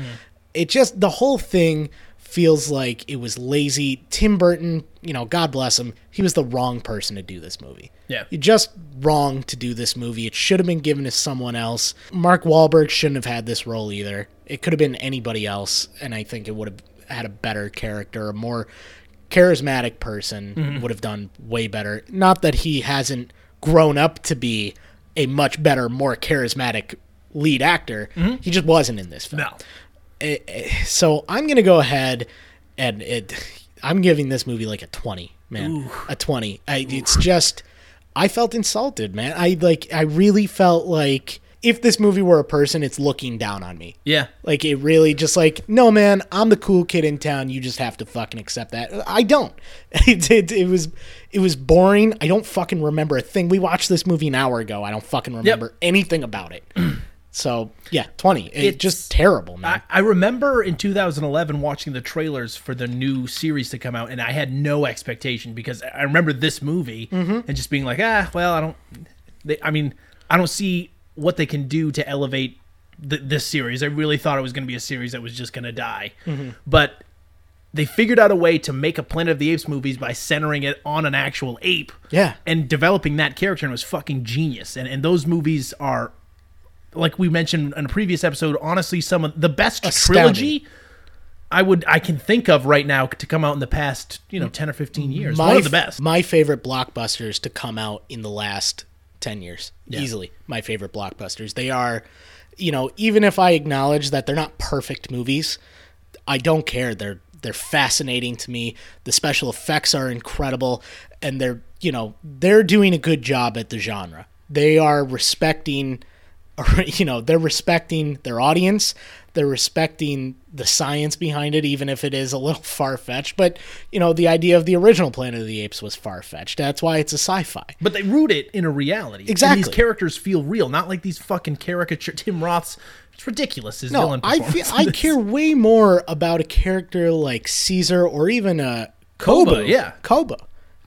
It just, the whole thing feels like it was lazy. Tim Burton, you know, God bless him, he was the wrong person to do this movie. Yeah. You're just wrong to do this movie. It should have been given to someone else. Mark Wahlberg shouldn't have had this role either. It could have been anybody else, and I think it would have had a better character, a more charismatic person Mm-hmm. would have done way better. Not that he hasn't grown up to be a much better, more charismatic lead actor. He just wasn't in this film Mm-hmm. No. so I'm gonna go ahead and it. I'm giving this movie like a twenty, man, a twenty. I, it's just, I felt insulted, man. I like, I really felt like if this movie were a person, it's looking down on me. Yeah. Like it really just like, no, man, I'm the cool kid in town. You just have to fucking accept that. I don't. [laughs] It, it, it was it was boring. I don't fucking remember a thing. We watched this movie an hour ago. I don't fucking remember anything about it. so yeah, twenty. It, It's- just terrible, man. I, I remember in 2011 watching the trailers for the new series to come out, and I had no expectation because I- I remember this movie Mm-hmm. and just being like, ah, well, I don't. They, I mean, I don't see what they can do to elevate th- this series. I really thought it was going to be a series that was just going to die, Mm-hmm. but they figured out a way to make a Planet of the Apes movies by centering it on an actual ape. Yeah. and developing that character and it was fucking genius. And and those movies are. Like we mentioned in a previous episode, honestly, some of the best Astounding. trilogy I would I can think of right now to come out in the past you know ten or fifteen years. my, One of the f- best. My favorite blockbusters to come out in the last 10 years. Easily. My favorite blockbusters. They are, you know, even if I acknowledge that they're not perfect movies, I don't care. They're they're fascinating to me. The special effects are incredible and they're, you know, they're doing a good job at the genre. They are respecting or, [laughs] you know they're respecting their audience they're respecting the science behind it even if it is a little [laughs] far-fetched but you know the idea of the original planet of the apes was far-fetched that's why it's a sci-fi But they root it in a reality. And Exactly. these characters feel real, not like these fucking caricature. [laughs] Tim Roth's. It's ridiculous. His no villain i performance. feel i [laughs] care way more about a character like caesar or even a kobo Kobo, yeah. kobo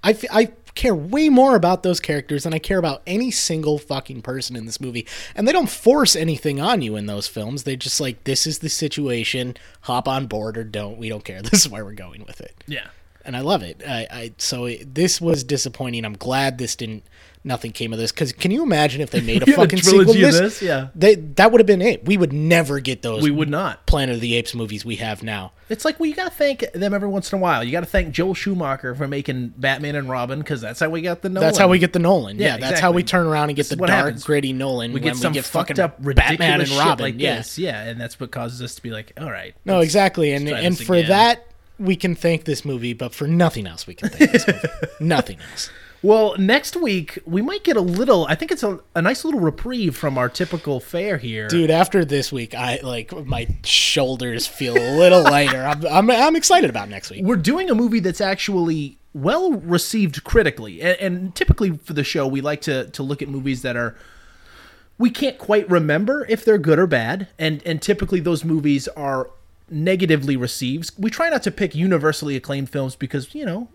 I fe- I care way more about those characters than i care about any single fucking person in this movie and they don't force anything on you in those films they just like this is the situation hop on board or don't we don't care [laughs] this is where we're going with it Yeah. and I love it. I, I so it, this was disappointing. I'm glad this didn't. Nothing came of this because can you imagine if they made a [laughs] Yeah, the fucking trilogy sequel? to of This, this, yeah. they, that would have been it. We would never get those. We would not. Oh, Planet of the Apes movies we have now. It's like, well, you got to thank them every once in a while. You got to thank Joel Schumacher for making Batman and Robin because that's how we got the Nolan. That's how we get the Nolan. Yeah, Yeah, that's how we exactly. turn around and get the what dark, happens. gritty Nolan. we when get some we get fucked fucking up ridiculous Batman and Robin. shit like yeah. this. Yeah, and that's what causes us to be like, all right. No, let's- exactly. And try and this for again. that we can thank this movie, but for nothing else we can thank this [laughs] movie. nothing else. Well, next week we might get a little. I think it's a, a nice little reprieve from our typical fare here. dude after this week i like my shoulders feel a little lighter I'm, I'm, I'm excited about next week we're doing a movie that's actually well received critically and, and typically for the show we like to to look at movies that are we can't quite remember if they're good or bad and and typically those movies are negatively received we try not to pick universally acclaimed films because you know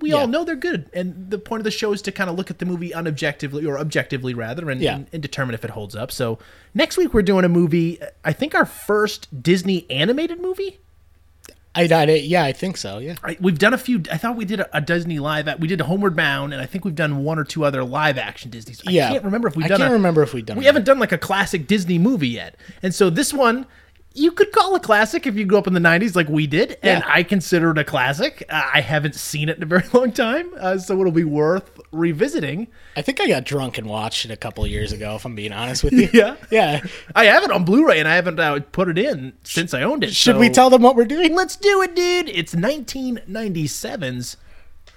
we all Yeah. know they're good and the point of the show is to kind of look at the movie unobjectively or objectively rather and, Yeah. and, and determine if it holds up so next week we're doing a movie i think our first disney animated movie I, I yeah i think so yeah I, we've done a few. I thought we did a, a Disney live. We did a Homeward Bound, and I think we've done one or two other live action Disney's. I Yeah. can't remember if we've I done. can't a- remember if we've done We one. haven't done like a classic Disney movie yet, and so this one. You could call a classic if you grew up in the '90s, like we did, Yeah. and I consider it a classic. Uh, I haven't seen it in a [laughs] very long time, uh, so it'll be worth revisiting. i think i got drunk and watched it a couple of years ago if i'm being honest with you [laughs] Yeah. yeah I have it on Blu-ray, and I haven't uh, put it in since I owned it. should we so- tell them what we're doing Let's do it, dude! It's 1997's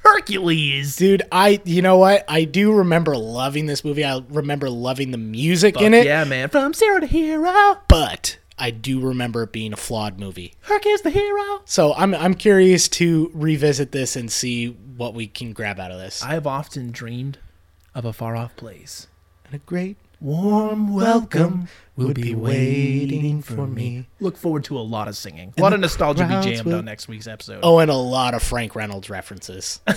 Hercules. dude i you know what i do remember loving this movie i remember loving the music in it Yeah, man. From zero to hero, but i do remember it being a flawed movie Herc is the hero. so i'm i'm curious to revisit this and see what we can grab out of this I have often dreamed of a far off place. a great Warm welcome will be waiting for me Look forward to a lot of singing. A lot of nostalgia be crowds jammed will- on next week's episode. Oh, and a lot of Frank Reynolds [laughs] references. [laughs]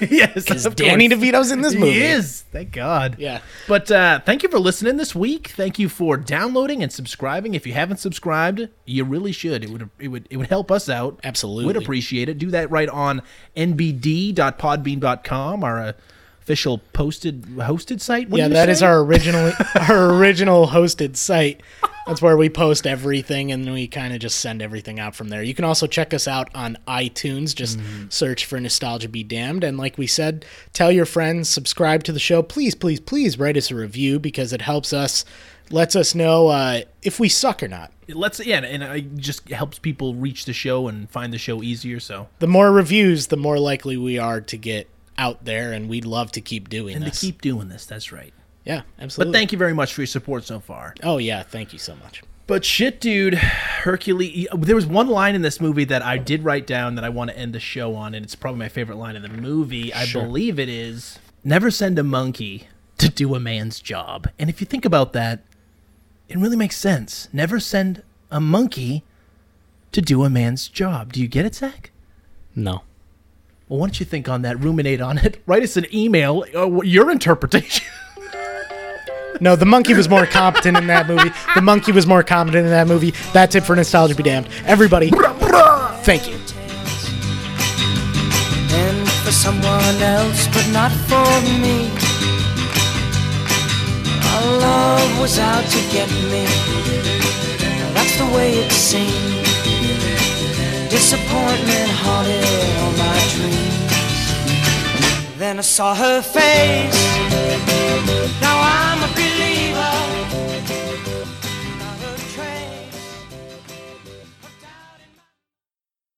yes. Because of Danny course. DeVito's in this movie. He is. Thank God. Yeah. But uh, thank you for listening this week. Thank you for downloading and subscribing. If you haven't subscribed, you really should. It would it would it would help us out. Absolutely. We'd appreciate it. Do that right on nbd.podbean.com, our uh, official posted hosted site. What yeah, do you that is say? our [laughs] original our original hosted site. That's where we post everything and we kind of just send everything out from there. You can also check us out on iTunes. Just Mm-hmm. search for Nostalgia Be Damned. And like we said, tell your friends, subscribe to the show. Please, please, please write us a review because it helps us, lets us know uh, if we suck or not. It lets yeah, and it just helps people reach the show and find the show easier. So The more reviews, the more likely we are to get out there, and we'd love to keep doing and to this. keep doing this, that's right. yeah, But absolutely. thank you very much for your support so far. Oh yeah, thank you so much. But shit, dude, Hercules. There was one line in this movie that I did write down that I want to end the show on, and it's probably my favorite line in the movie. I believe it is Never send a monkey to do a man's job. And if you think about that, it really makes sense. Never send a monkey to do a man's job. Do you get it, Zach? No. Well, why don't you [laughs] think on that, ruminate on it, write us an email, uh, wh- your interpretation. No, the monkey was more competent in that movie. The monkey was more competent in that movie. That's it for Nostalgia Be Damned. Everybody, thank you. And for someone else, but not for me. Our love was out to get me. That's the way it seemed. Disappointment haunted all my dreams. Then I saw her face. Now I'm a believer.